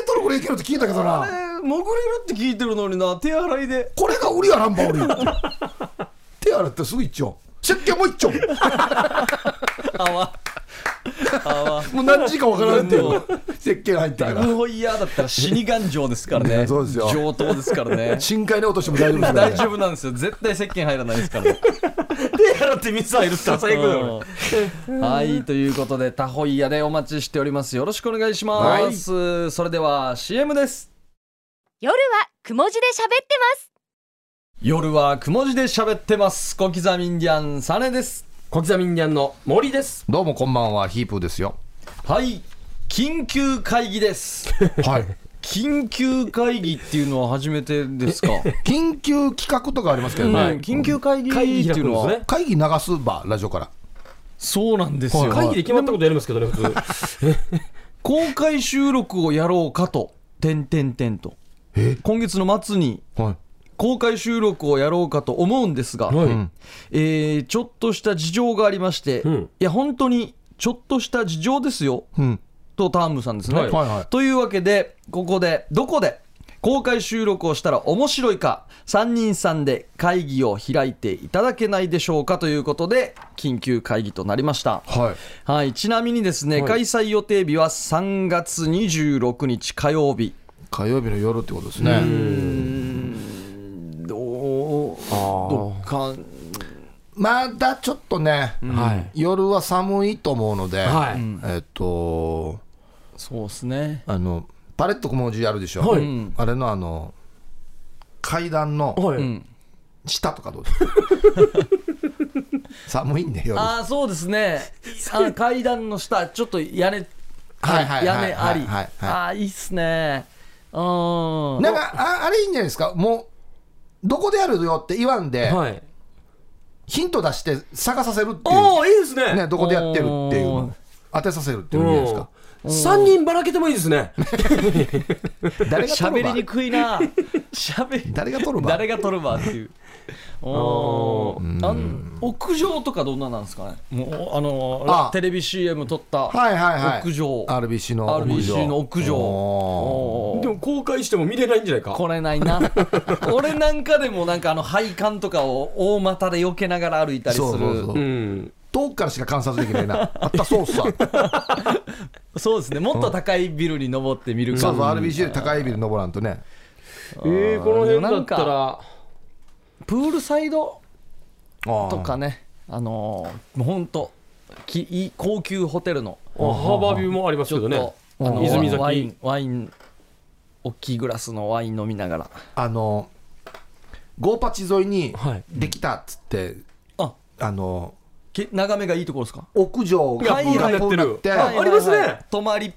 Speaker 3: トルぐらい行けるって聞いたけど
Speaker 1: あれ
Speaker 3: な。
Speaker 1: 潜れるって聞いてるのにな手洗いで
Speaker 3: これが売りやらんば俺。手洗ったらすぐ一丁。石鹸も一丁。
Speaker 1: <laughs> 泡泡
Speaker 3: もう何時か分からんっていう。石鹸入って
Speaker 1: タ
Speaker 3: か
Speaker 1: グ
Speaker 3: ら。
Speaker 1: ホイヤーだったら死に頑丈ですから <laughs> ね
Speaker 3: そうですよ
Speaker 1: 上等です <laughs> からね
Speaker 3: 深海に落としても大丈夫ですから
Speaker 1: 大
Speaker 3: ね
Speaker 1: 丈夫なんですよ絶対石鹸入らないですからね
Speaker 2: ー手洗って水入るって最高だよ
Speaker 1: うんはいということでタホイヤでお待ちしておりますよろしくお願いします、それでは CM です
Speaker 4: 夜はくも字で喋ってます
Speaker 1: 夜はくも字で喋ってます小刻みインディアンサネです
Speaker 2: 小刻みにゃんの森です
Speaker 3: <laughs> どうもこんばんは、ヒープーですよ。
Speaker 1: はい緊急会議です
Speaker 3: はい。
Speaker 1: 緊急会議っていうのは初めてです
Speaker 2: <laughs>
Speaker 1: か、
Speaker 3: 緊急企画とかありますけど
Speaker 1: うん
Speaker 3: ね。
Speaker 1: 緊急会議って
Speaker 2: 会議
Speaker 1: い
Speaker 2: 開
Speaker 1: う
Speaker 2: くん
Speaker 1: の
Speaker 2: です
Speaker 1: は、
Speaker 2: ね
Speaker 3: 会議流すば、ラジオから。
Speaker 1: そうなんですよ、
Speaker 3: はい
Speaker 2: 会議で決まったことやり <laughs> ますけどね普通
Speaker 1: 公開収録をやろうかと点々点と
Speaker 3: え
Speaker 1: 今月の末に
Speaker 3: はい。
Speaker 1: 公開収録をやろうかと思うんですが、
Speaker 2: はい
Speaker 1: えーちょっとした事情がありまして、
Speaker 2: うん
Speaker 1: いや本当にちょっとした事情ですよ
Speaker 3: うん。
Speaker 1: とタームさんですね、
Speaker 2: はい
Speaker 3: はいはい
Speaker 1: というわけでここでどこで公開収録をしたら面白いか3人さんで会議を開いていただけないでしょうかということで緊急会議となりました
Speaker 3: はい。
Speaker 1: はい、ちなみにですね、
Speaker 2: はい
Speaker 1: 開催予定日は3月26日火曜日
Speaker 3: 火曜日の夜ってことですね。
Speaker 1: どうどっか
Speaker 3: まだちょっとね、
Speaker 2: はい
Speaker 3: 夜は寒いと思うので、
Speaker 2: はい
Speaker 3: えっと、
Speaker 1: そうですね
Speaker 3: あのパレット小文字あるでしょ、
Speaker 2: はい
Speaker 1: うん
Speaker 3: あれのあの階段の
Speaker 2: はい、
Speaker 1: うん
Speaker 3: 下とかどうですか寒いんで夜
Speaker 1: ああそうです
Speaker 3: <laughs>
Speaker 1: ねあ階段の下ちょっと屋根
Speaker 3: はいはい
Speaker 1: 屋
Speaker 3: はい
Speaker 1: 根あり
Speaker 3: はいはいはい
Speaker 1: ああいいっすねうん
Speaker 3: なんかああれいいんじゃないですかもうどこでやるよって言わんで、
Speaker 2: はい
Speaker 3: ヒント出して探させるってい
Speaker 2: おおいいですね
Speaker 3: う、ね、どこでやってるっていうの
Speaker 1: お
Speaker 3: を
Speaker 1: ー
Speaker 3: 当てさせるっていううんじゃないですか。
Speaker 2: 3人ばらけてもいいですね
Speaker 3: 誰が取
Speaker 1: 喋
Speaker 3: る
Speaker 1: り
Speaker 3: ば
Speaker 1: にくいな喋り
Speaker 3: 誰が取るば
Speaker 1: 誰が取るばっていうおーあん屋上とかどんななんですかねもうあの
Speaker 3: あ
Speaker 1: テレビ CM 撮った
Speaker 3: はいはいはい。
Speaker 1: 屋上
Speaker 3: RBC の屋上。
Speaker 1: RBC の屋上
Speaker 3: おー
Speaker 1: おー
Speaker 2: でも公開しても見れないんじゃないか
Speaker 1: 来れない
Speaker 3: <laughs>
Speaker 1: な俺なんかでもなんかあの配管とかを大股で避けながら歩いたりする
Speaker 3: そ
Speaker 1: そうう
Speaker 3: そうそうう。
Speaker 2: ん
Speaker 3: 遠くからしか観察できな
Speaker 1: <laughs>
Speaker 3: いな。あった、そうっすわ。
Speaker 1: ですねもっと高いビルに登ってみるか
Speaker 3: そうそう、RBC で高いビル登らんとね。
Speaker 2: えー、この辺だった
Speaker 1: な
Speaker 2: ら
Speaker 1: プールサイドと
Speaker 3: と
Speaker 1: かねあのー、もうほんときいい高級ホテルの
Speaker 2: あハーバービューもあります
Speaker 1: ちょ
Speaker 2: け
Speaker 1: っ
Speaker 2: ど
Speaker 1: と、
Speaker 2: ね
Speaker 1: あのー
Speaker 2: 泉
Speaker 1: ワイン
Speaker 2: 崎
Speaker 1: ワイン大きいグラスのワイン飲みながら
Speaker 3: あの、ゴーパチ沿いに
Speaker 2: はい
Speaker 3: できたっつって、
Speaker 1: あ
Speaker 3: あの、
Speaker 1: き眺めがいいところですか
Speaker 3: 屋上が
Speaker 1: いやプールになってる
Speaker 3: プールになって
Speaker 2: ありますね
Speaker 1: 泊まり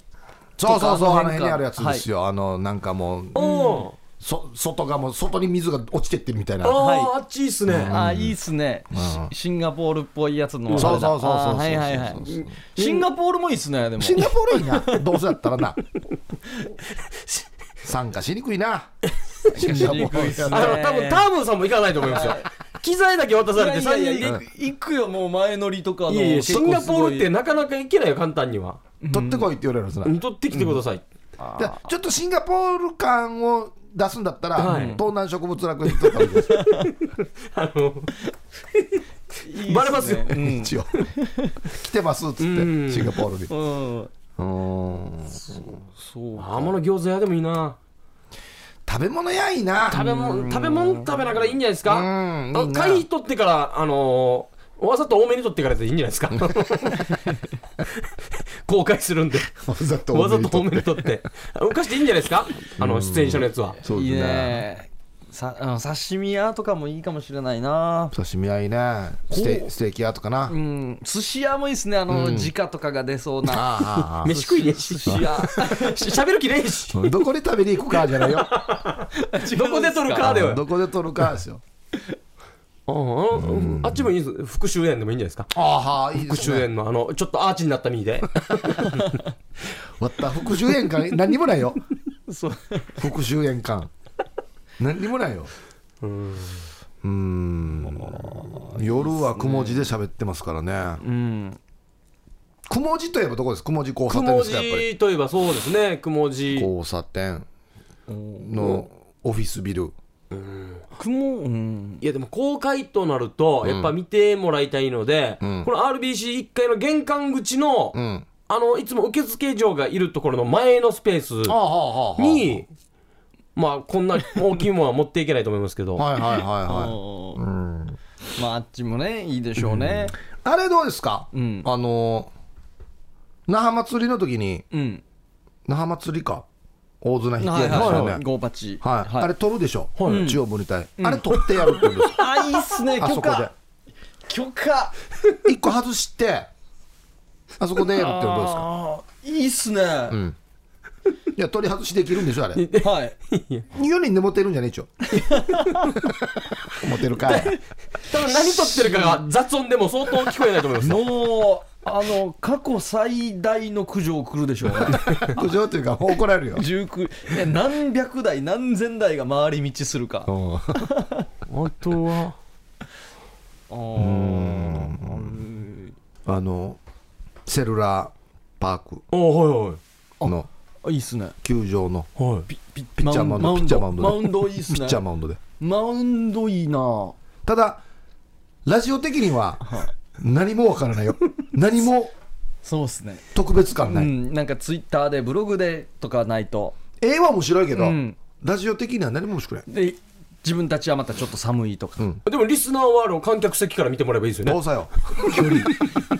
Speaker 3: そうそうそう、
Speaker 1: あ
Speaker 3: あの
Speaker 1: の辺
Speaker 3: 辺にあるやつですよ。あの、なんかもう、
Speaker 2: お
Speaker 3: そ外がもう、外に水が落ちてってるみたいな
Speaker 2: あ。あ,、
Speaker 1: はい
Speaker 2: あっちいいっすね、
Speaker 1: あーいいっすね、
Speaker 3: ん
Speaker 1: シシンガポールっぽいやつのあれだ
Speaker 3: そうそうそうそう
Speaker 1: あーはいはいは
Speaker 3: そうそうそう
Speaker 1: いシンガポールもいいっすねでも
Speaker 3: シンガポールいいな、どうせだったらな。参加しにくいな。シンガポールや
Speaker 1: ね
Speaker 2: あの多分ターボンさんも行かないと思いますよ機材だけ渡されて
Speaker 1: いや
Speaker 2: 3
Speaker 1: いや
Speaker 2: 人で
Speaker 1: い行くよもう前乗りとかの
Speaker 2: いやいやシンガポールって
Speaker 1: 結構
Speaker 2: なかなか行けないよ簡単には
Speaker 3: な取ってこいって言われるんですな。
Speaker 2: 取ってきてください、
Speaker 3: でちょっとシンガポール感を出すんだったら、
Speaker 2: はい
Speaker 3: 東南植物楽園とかもいいですよ
Speaker 2: あの
Speaker 1: すごいいいっね
Speaker 2: バレますよ
Speaker 1: うん
Speaker 3: 一応来てますっつって
Speaker 2: うん
Speaker 3: シンガポールに
Speaker 1: うん
Speaker 3: うん
Speaker 1: そう
Speaker 2: あの餃子屋でもいいな
Speaker 3: 食べ物やいいな
Speaker 2: 食べ物食べ物食べながらいいんじゃないです
Speaker 3: う
Speaker 2: か
Speaker 3: んいい
Speaker 2: あ
Speaker 3: な
Speaker 2: 貝取ってからあのーわざと多めに取ってからでいいんじゃないですか公開するんで
Speaker 3: わざと
Speaker 2: わ
Speaker 3: 多
Speaker 2: ざ
Speaker 3: め
Speaker 2: と
Speaker 3: に
Speaker 2: 多めに取って浮かしていいんじゃないですかあの出演者のやつは
Speaker 3: そう
Speaker 1: い
Speaker 3: で
Speaker 1: い
Speaker 3: すね
Speaker 1: ねさあの刺身屋とかもいいかもしれないな
Speaker 3: 刺身はいいねステステーキ屋とかな、
Speaker 1: う
Speaker 3: あ
Speaker 1: ん寿司屋もいいっすねあの直とかが出そうな <laughs>
Speaker 3: ああ
Speaker 2: 飯食いねえし
Speaker 1: 寿司
Speaker 3: <laughs>
Speaker 1: 屋
Speaker 2: しゃべる気ねえし
Speaker 3: あどこで食べに行くかじゃないよ
Speaker 2: どこで取るかでよ
Speaker 3: どこで取るかですよ
Speaker 2: あああっちもいいです復讐園でもいいんじゃないですか
Speaker 3: ああいいで
Speaker 2: 復
Speaker 3: す
Speaker 2: 讐
Speaker 3: ね
Speaker 2: 園のあのちょっとアーチになった身で
Speaker 3: わった復讐園館何にもないよ
Speaker 1: そう
Speaker 3: 復讐園館何にもないようーん夜はくも字で喋ってますからね、
Speaker 1: うん
Speaker 3: くも字といえばどこですくも字交差
Speaker 2: く
Speaker 3: 点
Speaker 2: も
Speaker 3: ですかやっぱり
Speaker 2: じといえばそうですねくもじ
Speaker 3: 交差点のオフィスビル
Speaker 1: 雲うん
Speaker 2: いやでも公開となるとやっぱ見てもらいたいので、
Speaker 3: ん
Speaker 2: この RBC1 階の玄関口の、
Speaker 3: うん
Speaker 2: あのいつも受付嬢がいるところの前のスペース
Speaker 3: ああはあはあは
Speaker 2: にまあこんな大きいものは持っていけないと思いますけど、
Speaker 3: <laughs> あはいはいはいはい
Speaker 1: まああっちもねいいでしょうね
Speaker 3: あれどうですか、
Speaker 1: ん
Speaker 3: あの那覇祭りの時に
Speaker 1: うん
Speaker 3: 那覇祭りか大綱引きや
Speaker 1: は
Speaker 3: り
Speaker 1: い
Speaker 3: ましたよね
Speaker 1: はいゴーパチ
Speaker 3: はい、あれ取るでしょ、中央分離帯、あれ取ってやるって言うん
Speaker 1: <laughs>
Speaker 3: ですよ
Speaker 1: あいいっすね
Speaker 3: あ
Speaker 1: 許
Speaker 3: そこ
Speaker 1: 可
Speaker 3: で
Speaker 1: 許可
Speaker 3: 一個外してあそこでやるってどうですか
Speaker 1: あーいいっすねはい
Speaker 3: や取り外しできるんでしょあれ4
Speaker 1: い
Speaker 3: 人でモテるんじゃね
Speaker 1: <laughs>
Speaker 3: えちょモテるかい
Speaker 2: 多分何撮ってるかが雑音でも相当聞こえないと思い
Speaker 1: <laughs>
Speaker 2: ますよ
Speaker 1: もうあの過去最大の苦情来るでしょうね
Speaker 3: 苦情というかもう怒られるよ
Speaker 1: 19いや何百台何千台が回り道するか
Speaker 2: 本当は
Speaker 1: あー
Speaker 3: あのセルラーパーク
Speaker 2: おはい
Speaker 3: の
Speaker 1: あいいっすね
Speaker 3: 球場の
Speaker 2: はいはい
Speaker 1: ピ
Speaker 3: ピッチャーマウンドピッチャーマウンド
Speaker 1: マウンドいいっす
Speaker 3: ピ
Speaker 1: ね
Speaker 3: ッチャーマウンドで
Speaker 1: マウンドいいな
Speaker 3: ただラジオ的には何もわからないよ何も
Speaker 1: そうっすね
Speaker 3: 特別感
Speaker 1: う
Speaker 3: ない、
Speaker 1: んなんかツイッターでブログでとかないと
Speaker 3: 絵は面白いけど、
Speaker 1: うん
Speaker 3: ラジオ的には何も面白くない
Speaker 1: で自分たちはまたちょっと寒いとか、
Speaker 2: でもリスナーはあの観客席から見てもらえばいいですよね
Speaker 3: どうさよ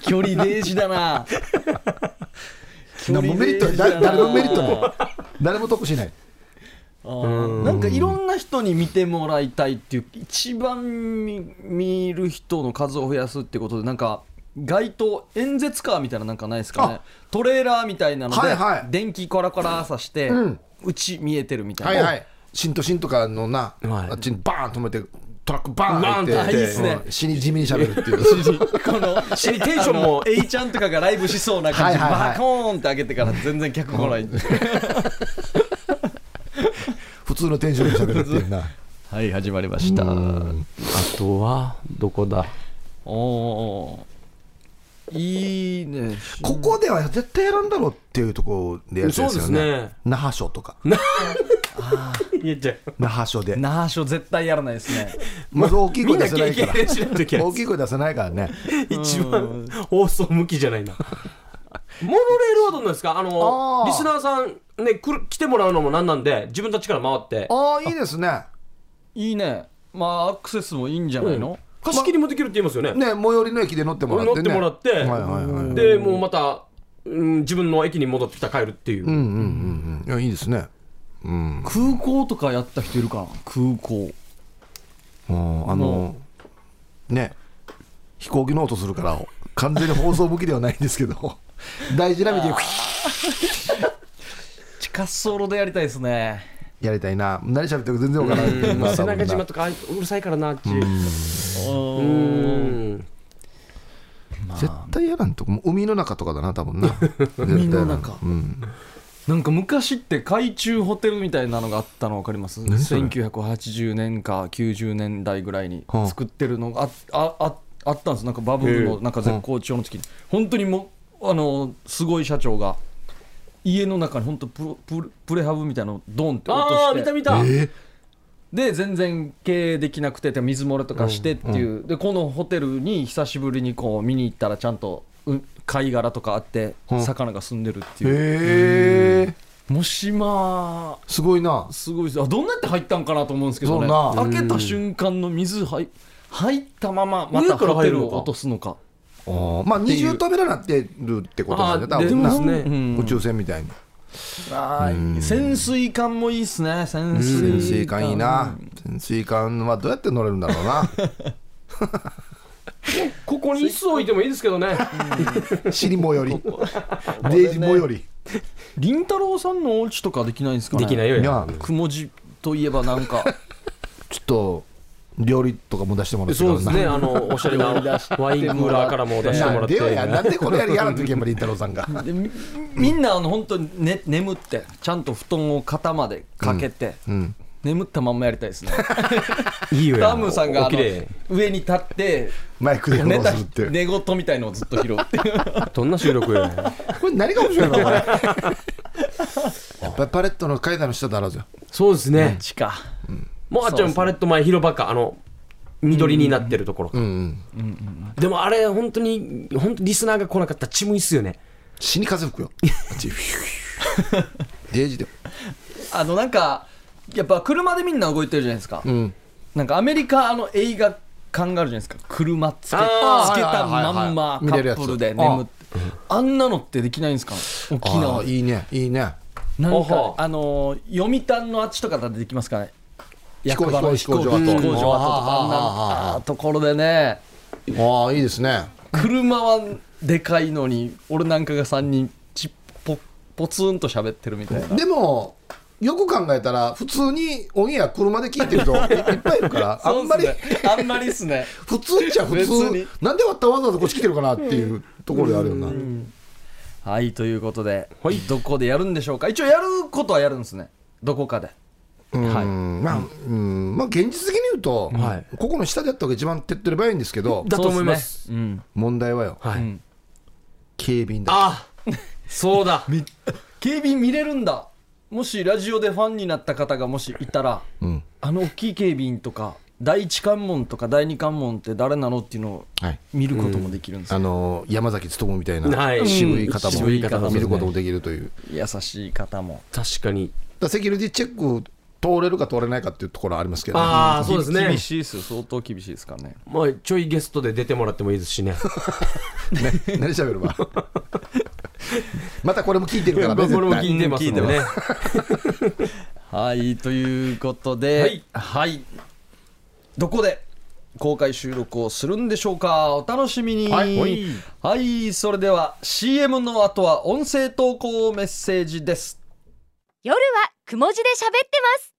Speaker 1: 距離デージだ
Speaker 3: <laughs>
Speaker 1: な
Speaker 3: 何もメリット
Speaker 1: だ
Speaker 3: 誰誰のメリット
Speaker 1: も
Speaker 3: も誰も得しない
Speaker 1: なんかいろんな人に見てもらいたいっていう一番見見る人の数を増やすってことでなんか街頭演説カーみたいななんかないですかねトレーラーみたいなので、
Speaker 3: はいはい
Speaker 1: 電気コラコラさして、うち見えてるみた
Speaker 3: はいい
Speaker 1: な、
Speaker 3: はい新都心とかのな、
Speaker 2: はい
Speaker 3: あっちにバーン止めてトラックバーンって
Speaker 2: バーン
Speaker 1: ってあいいっすね
Speaker 3: うん死に地味にしゃべるっていう <laughs>
Speaker 1: この
Speaker 2: しテンションも
Speaker 1: A ちゃんとかがライブしそうな感じ
Speaker 3: はいはいはい
Speaker 1: バコーンって上げてから全然客来ない
Speaker 3: 普通のテンションでしゃべるっていうな
Speaker 1: はい始まりました
Speaker 2: あとはどこだ
Speaker 1: おおいいね
Speaker 3: ここでは絶対やらんだろうっていうところでやるんですよね
Speaker 2: そうですね
Speaker 3: 那覇署とか
Speaker 2: <laughs> いやじゃあ
Speaker 3: 那覇署で
Speaker 1: 那覇署絶対やらないですね
Speaker 3: まず大きい
Speaker 2: み
Speaker 3: 声
Speaker 2: んな
Speaker 3: 出せな
Speaker 2: 経
Speaker 3: いから
Speaker 2: 験し <laughs> ないと
Speaker 3: <laughs>
Speaker 2: いけない
Speaker 3: 大きい声出せないからね
Speaker 2: 一番放送向きじゃないなモノレールはどうなんですかあの
Speaker 3: あー
Speaker 2: リスナーさんね来る来てもらうのもなんなんで自分たちから回って
Speaker 3: ああいいですね
Speaker 1: いいねまあアクセスもいいんじゃないの、
Speaker 2: 貸し切りもできるって言いますよね,、
Speaker 3: ね最寄りの駅で乗ってもらって
Speaker 2: 乗
Speaker 3: ね
Speaker 2: ってもらって、
Speaker 3: はいはいはい
Speaker 2: でもうまた、うん、自分の駅に戻ってきた帰るっていう、
Speaker 3: うんうんうんうんいやいいですねうん
Speaker 1: 空港とかやった人いるかな空港
Speaker 3: うんあのね飛行機の音するから完全に放送向きではないんですけど <laughs> 大事な意味で
Speaker 1: 近ソロでやりたいですね
Speaker 3: やりたいな何喋ってるか全然わからない
Speaker 2: うん
Speaker 3: まあ
Speaker 2: 背
Speaker 3: 多分な
Speaker 2: 中島とかあうるさいからなあっち
Speaker 1: う
Speaker 2: うんん
Speaker 3: 絶対嫌なんとこもう海の中とかだな多分な
Speaker 1: 海の中
Speaker 3: 絶対嫌なうん
Speaker 1: なんか昔って海中ホテルみたいなのがあったの分かります
Speaker 3: 何それ
Speaker 1: 1980年か90年代ぐらいに
Speaker 3: はあ
Speaker 1: 作ってるのがああああったんですなんかバブル
Speaker 2: へ
Speaker 1: の
Speaker 2: え
Speaker 1: なんか絶好調の時に本当にもうあのすごい社長が家の中に本当プロプレプレハブみたいなのをドンって落
Speaker 2: ああ
Speaker 1: と
Speaker 2: 見
Speaker 1: して
Speaker 2: た見た、
Speaker 3: え
Speaker 1: で全然経営できなくてて水漏れとかしてっていう、でこのホテルに久しぶりにこう見に行ったらちゃんとう貝殻とかあって
Speaker 3: うん
Speaker 1: 魚が住んでるっていう、
Speaker 3: えー
Speaker 1: もしまあ
Speaker 3: すごいな
Speaker 1: すごいですあどんなって入ったんかなと思うんですけどね
Speaker 3: そうな
Speaker 1: 開けた瞬間の水入入ったままま
Speaker 2: 上
Speaker 1: た
Speaker 2: から
Speaker 1: ホテ
Speaker 2: 入る
Speaker 1: ル
Speaker 2: のか
Speaker 1: を落とすのか
Speaker 3: あーまあ
Speaker 1: ていう
Speaker 3: 20扉になってるってことですよね多
Speaker 2: あー
Speaker 3: 分
Speaker 2: でも
Speaker 3: な
Speaker 2: ね
Speaker 1: うん
Speaker 3: 宇宙船みたいに
Speaker 1: あー潜水艦もいいっすね潜水艦
Speaker 3: 潜水艦いいな潜水艦はどうやって乗れるんだろうな
Speaker 2: ここに椅子置いてもいいですけどね
Speaker 3: 尻もよりデイジもより
Speaker 1: 凛太郎さんのお家とかできないんですかね
Speaker 2: できない
Speaker 1: よ
Speaker 2: よ
Speaker 3: い
Speaker 2: や
Speaker 3: や
Speaker 1: くもじといえばなんか
Speaker 3: ちょっと料理とかも出してもらって
Speaker 2: そうですね
Speaker 3: な
Speaker 2: あのおしゃれなワインクーラーからも出しても
Speaker 3: な
Speaker 2: らっ
Speaker 3: んでよやな
Speaker 2: て
Speaker 3: んでこれやりやらんといけんばりんたろさん
Speaker 2: <laughs>
Speaker 3: が
Speaker 1: でみみんなあの本当に、ね、眠ってちゃんと布団を肩までかけて、
Speaker 3: うん
Speaker 1: 眠ったまんまやりたいですね
Speaker 2: いいよ
Speaker 1: ダムさんがあ
Speaker 2: き
Speaker 1: の
Speaker 2: れい
Speaker 1: 上に立って
Speaker 3: マイクでフォ
Speaker 1: 寝
Speaker 3: ロー
Speaker 1: た
Speaker 3: するっていう
Speaker 1: 寝言みたいのをずっと拾うって
Speaker 3: <laughs>
Speaker 1: いう
Speaker 2: どんな収録や
Speaker 3: これ何が面白いの
Speaker 2: <laughs>
Speaker 3: これやっぱりパレットの階段の下だろうじゃん
Speaker 2: そうですね。
Speaker 1: 地下
Speaker 2: もあちゃんパレット前広場か、あの、緑になってるところか。
Speaker 3: うん
Speaker 2: でもあれ、本当に、本当リスナーが来なかったら血もいいっすよね。
Speaker 3: 死に風吹くよ
Speaker 2: <laughs>
Speaker 3: デイジで
Speaker 1: あのなんかやっぱ車でみんな動いてるじゃないですか、
Speaker 3: うん
Speaker 1: なんかアメリカあの映画館があるじゃないですか車つけつけた
Speaker 2: あ
Speaker 3: ー
Speaker 1: まんま
Speaker 3: はいはいはいはい見
Speaker 1: カ
Speaker 3: れる
Speaker 1: ッ
Speaker 3: やつ
Speaker 1: プルで眠ってあんなのってできないんですか沖
Speaker 3: あ
Speaker 1: 縄
Speaker 3: あいいねいいね
Speaker 1: なん
Speaker 2: あは
Speaker 1: かあのー読谷のあっちとかだってできますかね
Speaker 3: 飛行
Speaker 1: 役場の
Speaker 3: 飛行
Speaker 1: 飛行
Speaker 3: 飛行場跡
Speaker 1: 飛行場跡とか
Speaker 3: うん
Speaker 1: あんなあーところでね
Speaker 3: ああいいですね
Speaker 1: 車はでかいのに俺なんかが3人ちっぽポツンと喋ってるみたいな
Speaker 3: でもよく考えたら普通にオンエア車で聞いてる人いいっぱいいるからあんまり
Speaker 1: <laughs> そうっすねあんまりっす <laughs> ね
Speaker 3: 普通っちゃ普
Speaker 1: 別に
Speaker 3: 通なんでわったわざわざこっち来てるかなっていうところであるよな
Speaker 1: はいということで、どこでやるんでしょうか一応やることはやるんですねどこかで
Speaker 3: は
Speaker 1: はいい
Speaker 3: まあうんまあ現実的に言うと
Speaker 2: はい
Speaker 3: ここの下でやった方が一番手っ取り早いんですけど
Speaker 2: だと思います
Speaker 1: そうっねうん
Speaker 3: 問題はよ
Speaker 2: は
Speaker 1: う
Speaker 2: い。
Speaker 1: ん
Speaker 3: 警備員だ
Speaker 2: あそうだ。
Speaker 1: 警備員見れるんだもしラジオでファンになった方がもしいたら、
Speaker 3: うん
Speaker 1: あの大きい警備員とか第一関門とか第二関門って誰なのっていうのを
Speaker 3: はい
Speaker 1: 見ることもできるんですよ、
Speaker 3: あの山崎努みたい
Speaker 2: はい
Speaker 3: な渋い方
Speaker 1: 渋い方も
Speaker 3: も見ることもできるという
Speaker 1: 優しい方も
Speaker 2: 確かに。
Speaker 3: だからセキュリティチェック通れるか通れないかっていうところはありますけどね
Speaker 2: ああ、そうですね
Speaker 1: 厳。しいです相当厳しいですからね
Speaker 2: まあ、ちょいゲストで出てもらってもいいですしね。
Speaker 3: ね、 <laughs> 何喋るわまたこれも聞いてるからね
Speaker 2: 僕
Speaker 3: 絶
Speaker 2: も
Speaker 3: 対
Speaker 2: 聞いてますもんね。
Speaker 1: はいということで
Speaker 2: はい
Speaker 1: はいどこで公開収録をするんでしょうかお楽しみに
Speaker 3: はいはい
Speaker 1: はいそれでは CM の後は音声投稿メッセージです
Speaker 4: 夜はくも字で喋ってます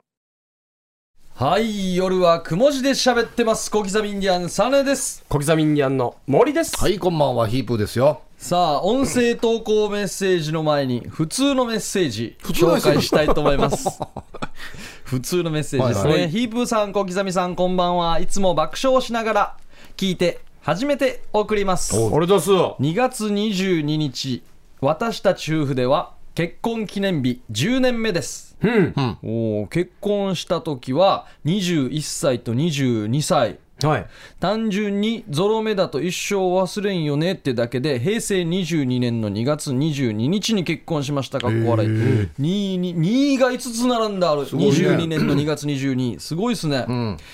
Speaker 1: はい夜はくも字で喋ってます小刻みインディアンサネです
Speaker 2: 小刻みインディアンの森です。
Speaker 3: はい、こんばんは、ヒープーですよ。
Speaker 1: さあ音声投稿メッセージの前に普通のメッセージ
Speaker 3: 通のメ
Speaker 1: 紹
Speaker 3: ッセージ
Speaker 1: 介したいと思います
Speaker 3: <laughs>
Speaker 1: 普通のメッセージですね、
Speaker 3: はいは
Speaker 1: ヒープーさん小刻みさんこんばんはいつも爆笑しながら聞いて初めて送ります
Speaker 2: 俺どうすよ。
Speaker 1: 2月22日私たち夫婦では結婚記念日10年目です
Speaker 2: うん。
Speaker 1: おー結婚した時は21歳と22歳
Speaker 2: はい。
Speaker 1: 単純にゾロ目だと一生忘れんよねってだけで平成22年の2月22日に結婚しましたかっこ笑い、2, 2が5つ並んだある、
Speaker 3: ごいね
Speaker 1: 22年の2月22すごいですね、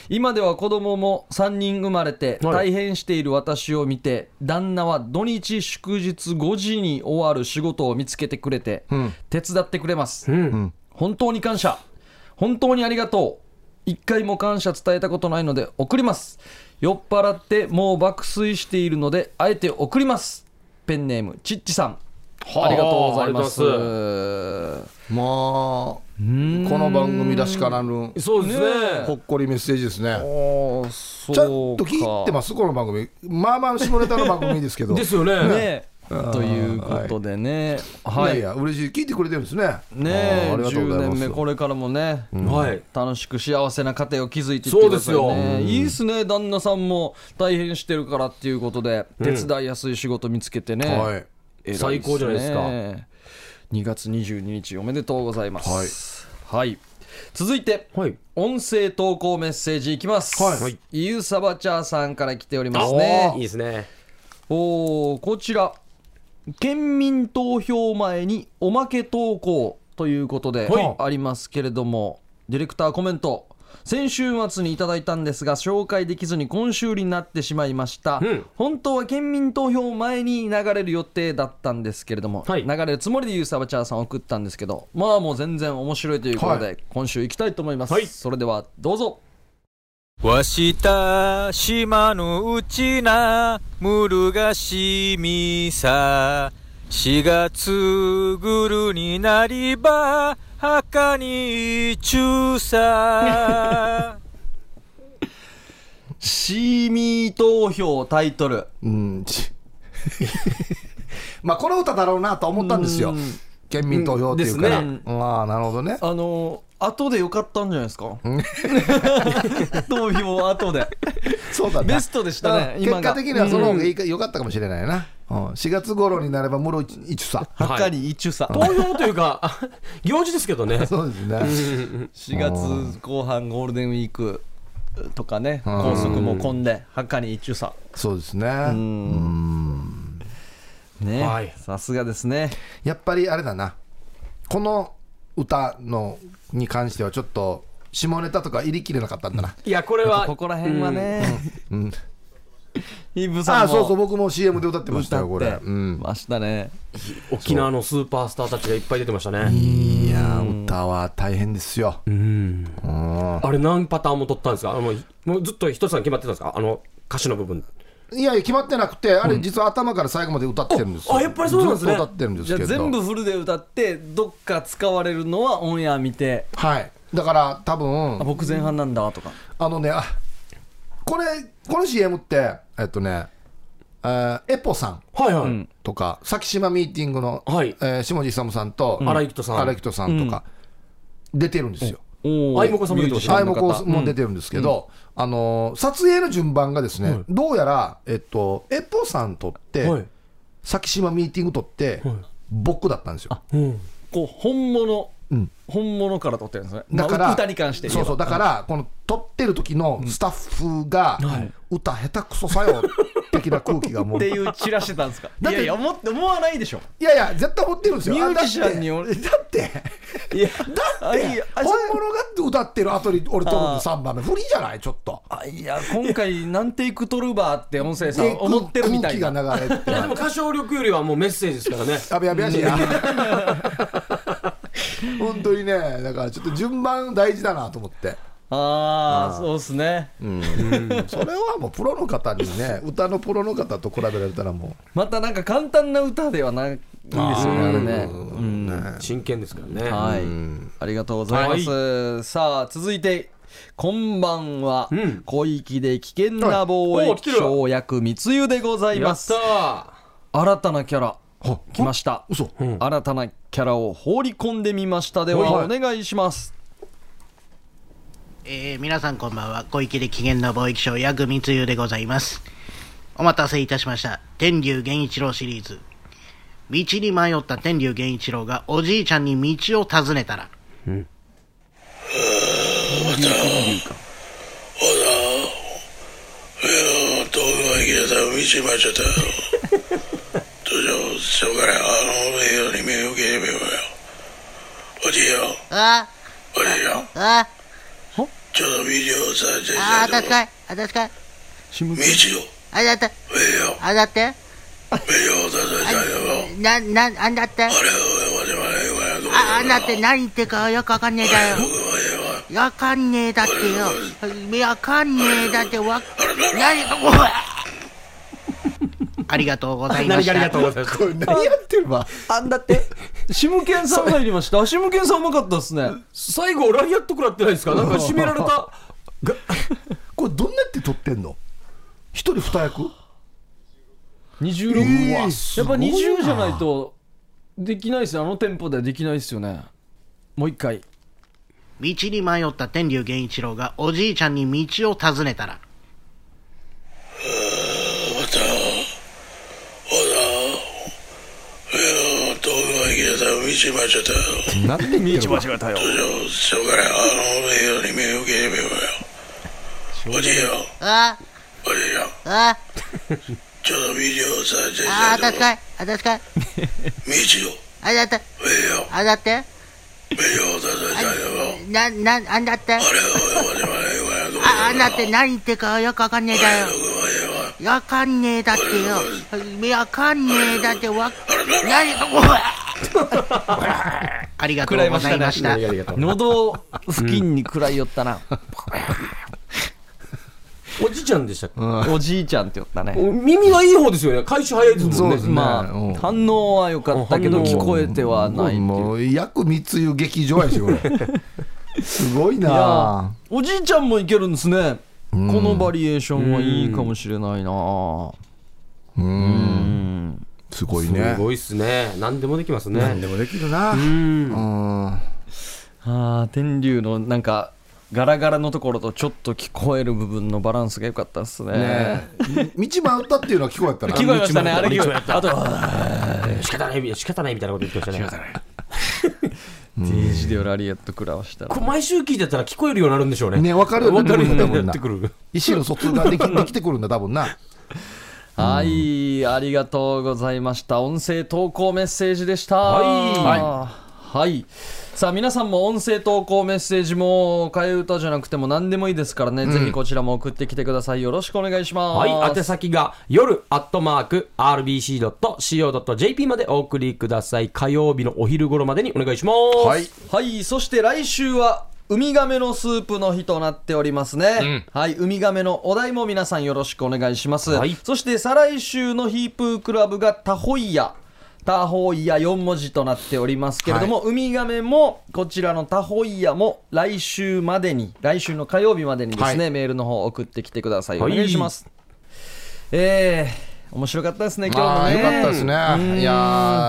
Speaker 1: 今では子供も3人生まれて
Speaker 2: はい
Speaker 1: 大変している私を見て旦那は土日祝日5時に終わる仕事を見つけてくれて手伝ってくれます、
Speaker 2: うん。
Speaker 1: 本当に感謝本当にありがとう一回も感謝伝えたことないので送ります酔っ払ってもう爆睡しているのであえて送りますペンネームちっちさんありがとうございます
Speaker 2: ありがとう
Speaker 3: まあ、この番組らしからぬ、
Speaker 2: そうですね。
Speaker 3: ほっこりメッセージですね。
Speaker 1: おーそう
Speaker 3: ちゃんと聞いてますす、この番組。まあまあ、下ネタの番組ですけど。
Speaker 2: ですよね。
Speaker 1: ねということでねはい
Speaker 3: やいや、嬉しい。聞いてくれてるんですね。
Speaker 1: ね
Speaker 3: あーありがとうご
Speaker 1: 10
Speaker 3: ざいま
Speaker 1: 年
Speaker 3: す
Speaker 1: 目これからもね、
Speaker 2: はい。
Speaker 1: 楽しく幸せな家庭を築いていってくださいね
Speaker 2: そうですよ
Speaker 1: いいっすね旦那さんも大変してるからっていうことで手伝いやすい仕事見つけてね、
Speaker 3: はい。
Speaker 1: 偉いっすね
Speaker 2: 最高じゃないですか
Speaker 1: 2月22日おめでとうございますはい、続いて、
Speaker 2: はい
Speaker 1: 音声投稿メッセージいきます
Speaker 3: はい
Speaker 2: はい
Speaker 1: ゆうさばちゃーさんから来ております
Speaker 2: ねいい
Speaker 1: ね
Speaker 2: ですね。
Speaker 1: おおーこちら県民投票前におまけ投稿ということで
Speaker 2: はい
Speaker 1: ありますけれども、ディレクターコメント先週末にいただいたんですが紹介できずに今週になってしまいました、
Speaker 2: うん
Speaker 1: 本当は県民投票前に流れる予定だったんですけれども、
Speaker 2: はい
Speaker 1: 流れるつもりでユーサバチャーさん送ったんですけどまあもう全然面白いということで、
Speaker 3: は
Speaker 1: 今週行きたいと思います、
Speaker 2: はい
Speaker 1: それではどうぞ
Speaker 5: わした島のうちなむるがしみさ4月ぐるになりば墓に中さ
Speaker 1: シーミー投票タイトル
Speaker 3: うん。ち <laughs> まあ、この歌だろうなと思ったんですよ
Speaker 1: うん。
Speaker 3: 県民投票っていうから。
Speaker 2: う
Speaker 3: ああ、なるほどね。
Speaker 1: あの後でよかったんじゃないですか <laughs> 投票は後で
Speaker 3: そうだね。
Speaker 1: ベストでしたね
Speaker 3: だから
Speaker 1: 今
Speaker 3: 結
Speaker 1: が
Speaker 3: 果的にはその方がいいか良かったかもしれないな。うん4月頃になれば、室井一さ。
Speaker 1: 墓に一中さ
Speaker 2: 投票というか、 <laughs> あ行事ですけどね。
Speaker 3: そうですね。
Speaker 1: 4月後半ゴールデンウィークとかね高速も混んで墓に一中さ
Speaker 3: そうですね。
Speaker 1: ね、
Speaker 2: はい
Speaker 1: さすがですね
Speaker 3: やっぱりあれだな。この歌のに関してはちょっと下ネタとか入りきれなかったんだな。
Speaker 2: いや、これは
Speaker 1: こ、こら辺はね、イブ
Speaker 3: あ
Speaker 1: さ
Speaker 3: あ、
Speaker 1: んも
Speaker 3: そうそう、僕も CM で歌ってました
Speaker 1: 歌
Speaker 3: よ、こ
Speaker 1: っ
Speaker 3: れ
Speaker 1: て。
Speaker 3: うん
Speaker 1: ましたね、
Speaker 2: 沖縄のスーパースターたちがいっぱい出てましたね。
Speaker 3: いやー、歌は大変ですよ。
Speaker 2: あれ何パターンも取ったんですかあのもうもうずっと一つさん決まってたんですかあの歌詞の部分。
Speaker 3: いやいや、決まってなくて、あれ、実は頭から最後まで歌ってるんですよ。
Speaker 2: あやっぱりそうなんですね
Speaker 3: ずっと歌ってるんです
Speaker 1: じゃ
Speaker 3: け
Speaker 1: あ
Speaker 3: ど。
Speaker 1: 全部フルで歌ってどっか使われるのはオンエア見て
Speaker 3: はい。だから、多分
Speaker 1: あ僕前半なんだとか
Speaker 3: あのね、あこれ、この CM って、えっとね、えーエポさん
Speaker 2: はいはい。
Speaker 3: とか、先島ミーティングの、
Speaker 2: はい
Speaker 3: えー下地勇さんと、
Speaker 2: 荒井貴人さん
Speaker 3: 荒井貴人さんとか、出てるんですよ。
Speaker 1: おー
Speaker 2: あいもこさんも出てました
Speaker 3: タイ
Speaker 1: ミュ
Speaker 3: ム
Speaker 1: ージシャンの方
Speaker 3: コースも出てるんですけど、あのー撮影の順番がですね、どうやら、えっと、エポさん撮って、
Speaker 2: はい
Speaker 3: 先島ミーティング撮って、僕だったんですよ。
Speaker 1: こう本物、
Speaker 3: ん
Speaker 1: 本物から撮ってるんですね
Speaker 3: だから、
Speaker 1: まあ歌に関して言
Speaker 3: そ
Speaker 1: え
Speaker 3: う
Speaker 1: ば
Speaker 3: そう、だから、この撮ってる時のスタッフが、歌下手くそさよ的な空気が
Speaker 1: <laughs>
Speaker 3: も
Speaker 1: っ
Speaker 3: う
Speaker 1: ていう散らしてたんですか
Speaker 3: だって
Speaker 1: いやいや思って思わないでしょ
Speaker 3: いやいや、絶対持ってるんですよ。
Speaker 1: ミュージシャンに
Speaker 3: あだって、だって、
Speaker 1: いや
Speaker 3: だって
Speaker 1: <laughs> あ
Speaker 3: 本物が歌ってる後に俺撮るの3番目、不利じゃない、ちょっと。
Speaker 1: あいや今回何テイク取るばって音声さん
Speaker 3: で
Speaker 1: 思ってるみたいな
Speaker 3: 空気が流れ
Speaker 1: <laughs>
Speaker 3: て
Speaker 2: いや、でも歌唱力よりはもうメッセージですからね。
Speaker 3: やべやべやしいな。 <laughs> 本当にね、だからちょっと順番大事だなと思って、
Speaker 1: ああそうですね、
Speaker 3: それはもうプロの方にね、歌のプロの方と比べられたらも
Speaker 1: またなんか簡単な歌ではないんですよねあれねうん
Speaker 2: 真剣ですからね。
Speaker 1: はいありがとうございます、さあ続いてこんばんは、
Speaker 2: うん
Speaker 1: 小域で危険な貿
Speaker 2: はいおー来て
Speaker 1: 易
Speaker 2: る
Speaker 1: 商約密輸でござい
Speaker 2: や
Speaker 1: ま
Speaker 2: っ
Speaker 1: す
Speaker 2: たー
Speaker 1: 新たなキャラ
Speaker 3: は
Speaker 1: 来ました
Speaker 3: 嘘
Speaker 2: うん
Speaker 1: 新たなキャラを放り込んでみましたでは
Speaker 3: はい
Speaker 1: お願いします
Speaker 6: えー皆さんこんばんは小池で機嫌の貿易商ヤグミツユでございますお待たせいたしました天竜源一郎シリーズ道に迷った天竜源一郎がおじいちゃんに道を尋ねたら
Speaker 7: 東京駅でさ、道間違っちゃった
Speaker 3: <laughs>
Speaker 7: よ。どうしよう、しょうがない。あの映画に目を受ければよ。おじいよ、
Speaker 6: あ
Speaker 7: おじいよ。
Speaker 6: あ
Speaker 7: ちょっと道をさ、じゃ
Speaker 6: あ
Speaker 7: あ、じゃあ、
Speaker 6: いあたしかい
Speaker 7: 道を、
Speaker 6: あだって
Speaker 7: ええよ、
Speaker 6: あだって
Speaker 7: ええよ、だだじゃあよ。
Speaker 6: ななあんだって
Speaker 7: あれを、おじまいよ、やどう
Speaker 6: あんだって何言ってかよくわかんねえだよわかんねえだってよ。わかんねえだってわ、何が、おいありがとうございま
Speaker 2: 何
Speaker 6: し
Speaker 2: がありがと
Speaker 6: た
Speaker 2: う。ございます
Speaker 3: これ何やってるわ
Speaker 1: あんだってシムケンさん入りましたあシムケンさんうまかったですね
Speaker 2: 最後ライアット食らってないですかなんか締められたが
Speaker 3: これどんなやって撮ってんの一人二役
Speaker 1: 26、
Speaker 3: えー
Speaker 1: やっぱ
Speaker 3: すごいな
Speaker 1: 20じゃないとできないですよあのテンポではできないですよねもう一回
Speaker 6: 道に迷った天竜源一郎がおじいちゃんに道を尋ねたら、
Speaker 7: ええよ、東京駅でさ、道間違っちゃったよ。
Speaker 3: なんで見てるわ
Speaker 7: どうしようがない。あの映画に目を受ければよ。おじいよ、
Speaker 6: あ、
Speaker 7: おじいよ。
Speaker 6: あ、
Speaker 7: ちょっと道をさ、じゃ
Speaker 6: あ
Speaker 7: あ、、じゃあ
Speaker 6: たしかい、あたしかい、
Speaker 7: 道を、
Speaker 6: あだって、
Speaker 7: ええよ、
Speaker 6: あだって、
Speaker 7: ええよ、だだじゃあよ。
Speaker 6: な、な、あんだって、
Speaker 7: あれを、おじまいよ、やどう
Speaker 6: あ、あんだって何言ってかよくわかんねえだよ。わかんねえだってよ。わかんねえだってわ、何が、おい <laughs> ありがとうございました。
Speaker 2: ありがとう
Speaker 1: 喉付近に食らいよったな、
Speaker 2: おじいちゃんでしたっけ
Speaker 1: おじいちゃんって言ったね
Speaker 2: お耳はいい方ですよね回収早いですもんね
Speaker 3: そうですね
Speaker 1: ま
Speaker 3: うん
Speaker 1: あ反応は良かったけど
Speaker 2: 反応
Speaker 1: 聞こえては
Speaker 3: も
Speaker 1: ない
Speaker 3: う
Speaker 1: っていう
Speaker 3: もう約密輸劇場やしこれすごい
Speaker 1: いや
Speaker 3: な
Speaker 1: おじいちゃんもいけるんですねこのバリエーションはいいかもしれないな
Speaker 3: すごいね
Speaker 2: すごいっすね何でもできます
Speaker 3: 何で
Speaker 2: ね
Speaker 3: もできるなうん
Speaker 1: あー天竜のなんかガラガラのところとちょっと聞こえる部分のバランスが良かったですね
Speaker 3: ねえ道迷ったっていうのは聞こえ
Speaker 2: <laughs>
Speaker 3: たな
Speaker 1: 聞こえましたねあれ聞こえあと
Speaker 2: 仕方ない仕方ないみたいなこと言ってましたね
Speaker 1: デージでラリエット食らわしたら
Speaker 2: これ毎週聞いてたら聞こえるようになるんでしょうね
Speaker 3: ね分かるよう
Speaker 2: 分
Speaker 3: になっ
Speaker 2: か
Speaker 3: てくるだも
Speaker 2: るようんに
Speaker 3: ん
Speaker 2: な
Speaker 3: な
Speaker 2: ってくる
Speaker 3: 意思の疎通
Speaker 2: <laughs>
Speaker 3: ができできてくるんだ多分な
Speaker 1: はいありがとうございました音声投稿メッセージでした
Speaker 2: はい
Speaker 1: はい、はいさあ皆さんも音声投稿メッセージも替え歌じゃなくても何でもいいですからね、ぜひこちらも送ってきてくださいよろしくお願いします
Speaker 2: はい、宛先が夜アットマーク RBC.CO.JP までお送りください。火曜日のお昼頃までにお願いします。
Speaker 3: はい
Speaker 1: はい、そして来週はウミガメのスープの日となっておりますね、はいウミガメのお題も皆さんよろしくお願いします、
Speaker 2: はい
Speaker 1: そして再来週のヒープークラブがタホイヤタホイヤ4文字となっておりますけれども、ウミガメもこちらのタホイヤも来週までに来週の火曜日までにですね、メールの方送ってきてくださいお
Speaker 2: はい
Speaker 1: 願いします、えー面白かったですね今日
Speaker 3: ま
Speaker 1: も
Speaker 3: あ
Speaker 1: ね
Speaker 3: よかったですねいや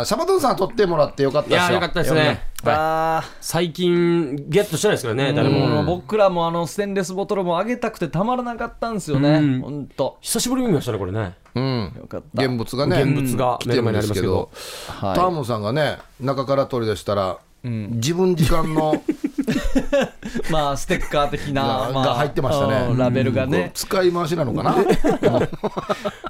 Speaker 3: ーシャバドゥンさん撮ってもらってよかった
Speaker 2: い
Speaker 3: です
Speaker 2: やー、よかったですね。
Speaker 1: あー
Speaker 2: 最近、ゲットしてないですからね、誰
Speaker 1: もう
Speaker 2: も。
Speaker 1: 僕らもあのステンレスボトルもあげたくてたまらなかったんですよね、ほんと
Speaker 2: 久しぶりに見ましたね、これね。
Speaker 3: うん
Speaker 1: よかった。
Speaker 3: 現物がね
Speaker 2: 現物が
Speaker 3: 来
Speaker 2: 目
Speaker 3: てる
Speaker 2: の前
Speaker 3: ん
Speaker 2: にあ
Speaker 3: です
Speaker 2: ります
Speaker 3: け
Speaker 2: け
Speaker 3: ど
Speaker 2: ど
Speaker 3: ターモンさんがね中から取り出したら自分時間の
Speaker 1: まあ、ステッカー的な、
Speaker 3: が
Speaker 1: まあ、
Speaker 3: が入ってましたね
Speaker 1: うんラベルがね、
Speaker 3: 使い回しなのかな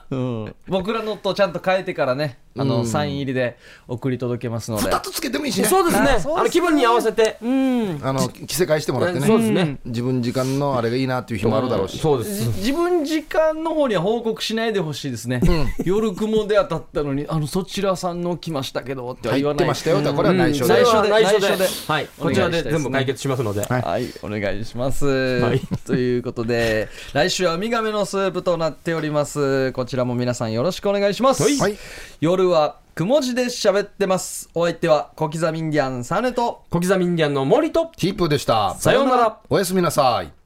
Speaker 1: うん僕らのとちゃんと変えてからね、あの、サイン入りで送り届けますので。
Speaker 3: 2つつけてもいいしね
Speaker 2: そうですね。あの気分に合わせて。
Speaker 3: あの着せ替えしてもらってね
Speaker 2: そうですね
Speaker 3: 自分時間のあれがいいなっていう日もあるだろうし
Speaker 2: そうで
Speaker 1: じ
Speaker 2: す。
Speaker 1: 自分時間の方には報告しないでほしいですね、夜雲で当たったのに、あのそちらさんの来ましたけどっては
Speaker 3: 入
Speaker 1: 言わ
Speaker 3: っ
Speaker 1: な
Speaker 3: て
Speaker 1: い
Speaker 3: ましたよだからこれは内緒
Speaker 1: うん
Speaker 3: で
Speaker 1: 内緒で
Speaker 2: 内緒で
Speaker 1: 内緒で
Speaker 2: はい。こちらで全部解決しますので。
Speaker 3: い
Speaker 1: はい、お願いします。
Speaker 2: い
Speaker 1: ということで、来週はウミガメのスープとなっております。こちらも皆さんよろしくお願いします。
Speaker 3: はい
Speaker 1: 夜はくも字で喋ってます。お相手は、小刻みインディアンサネと、
Speaker 2: 小刻みインディアンの森と
Speaker 3: ヒップーでした。
Speaker 2: さようなら
Speaker 3: おやすみなさい。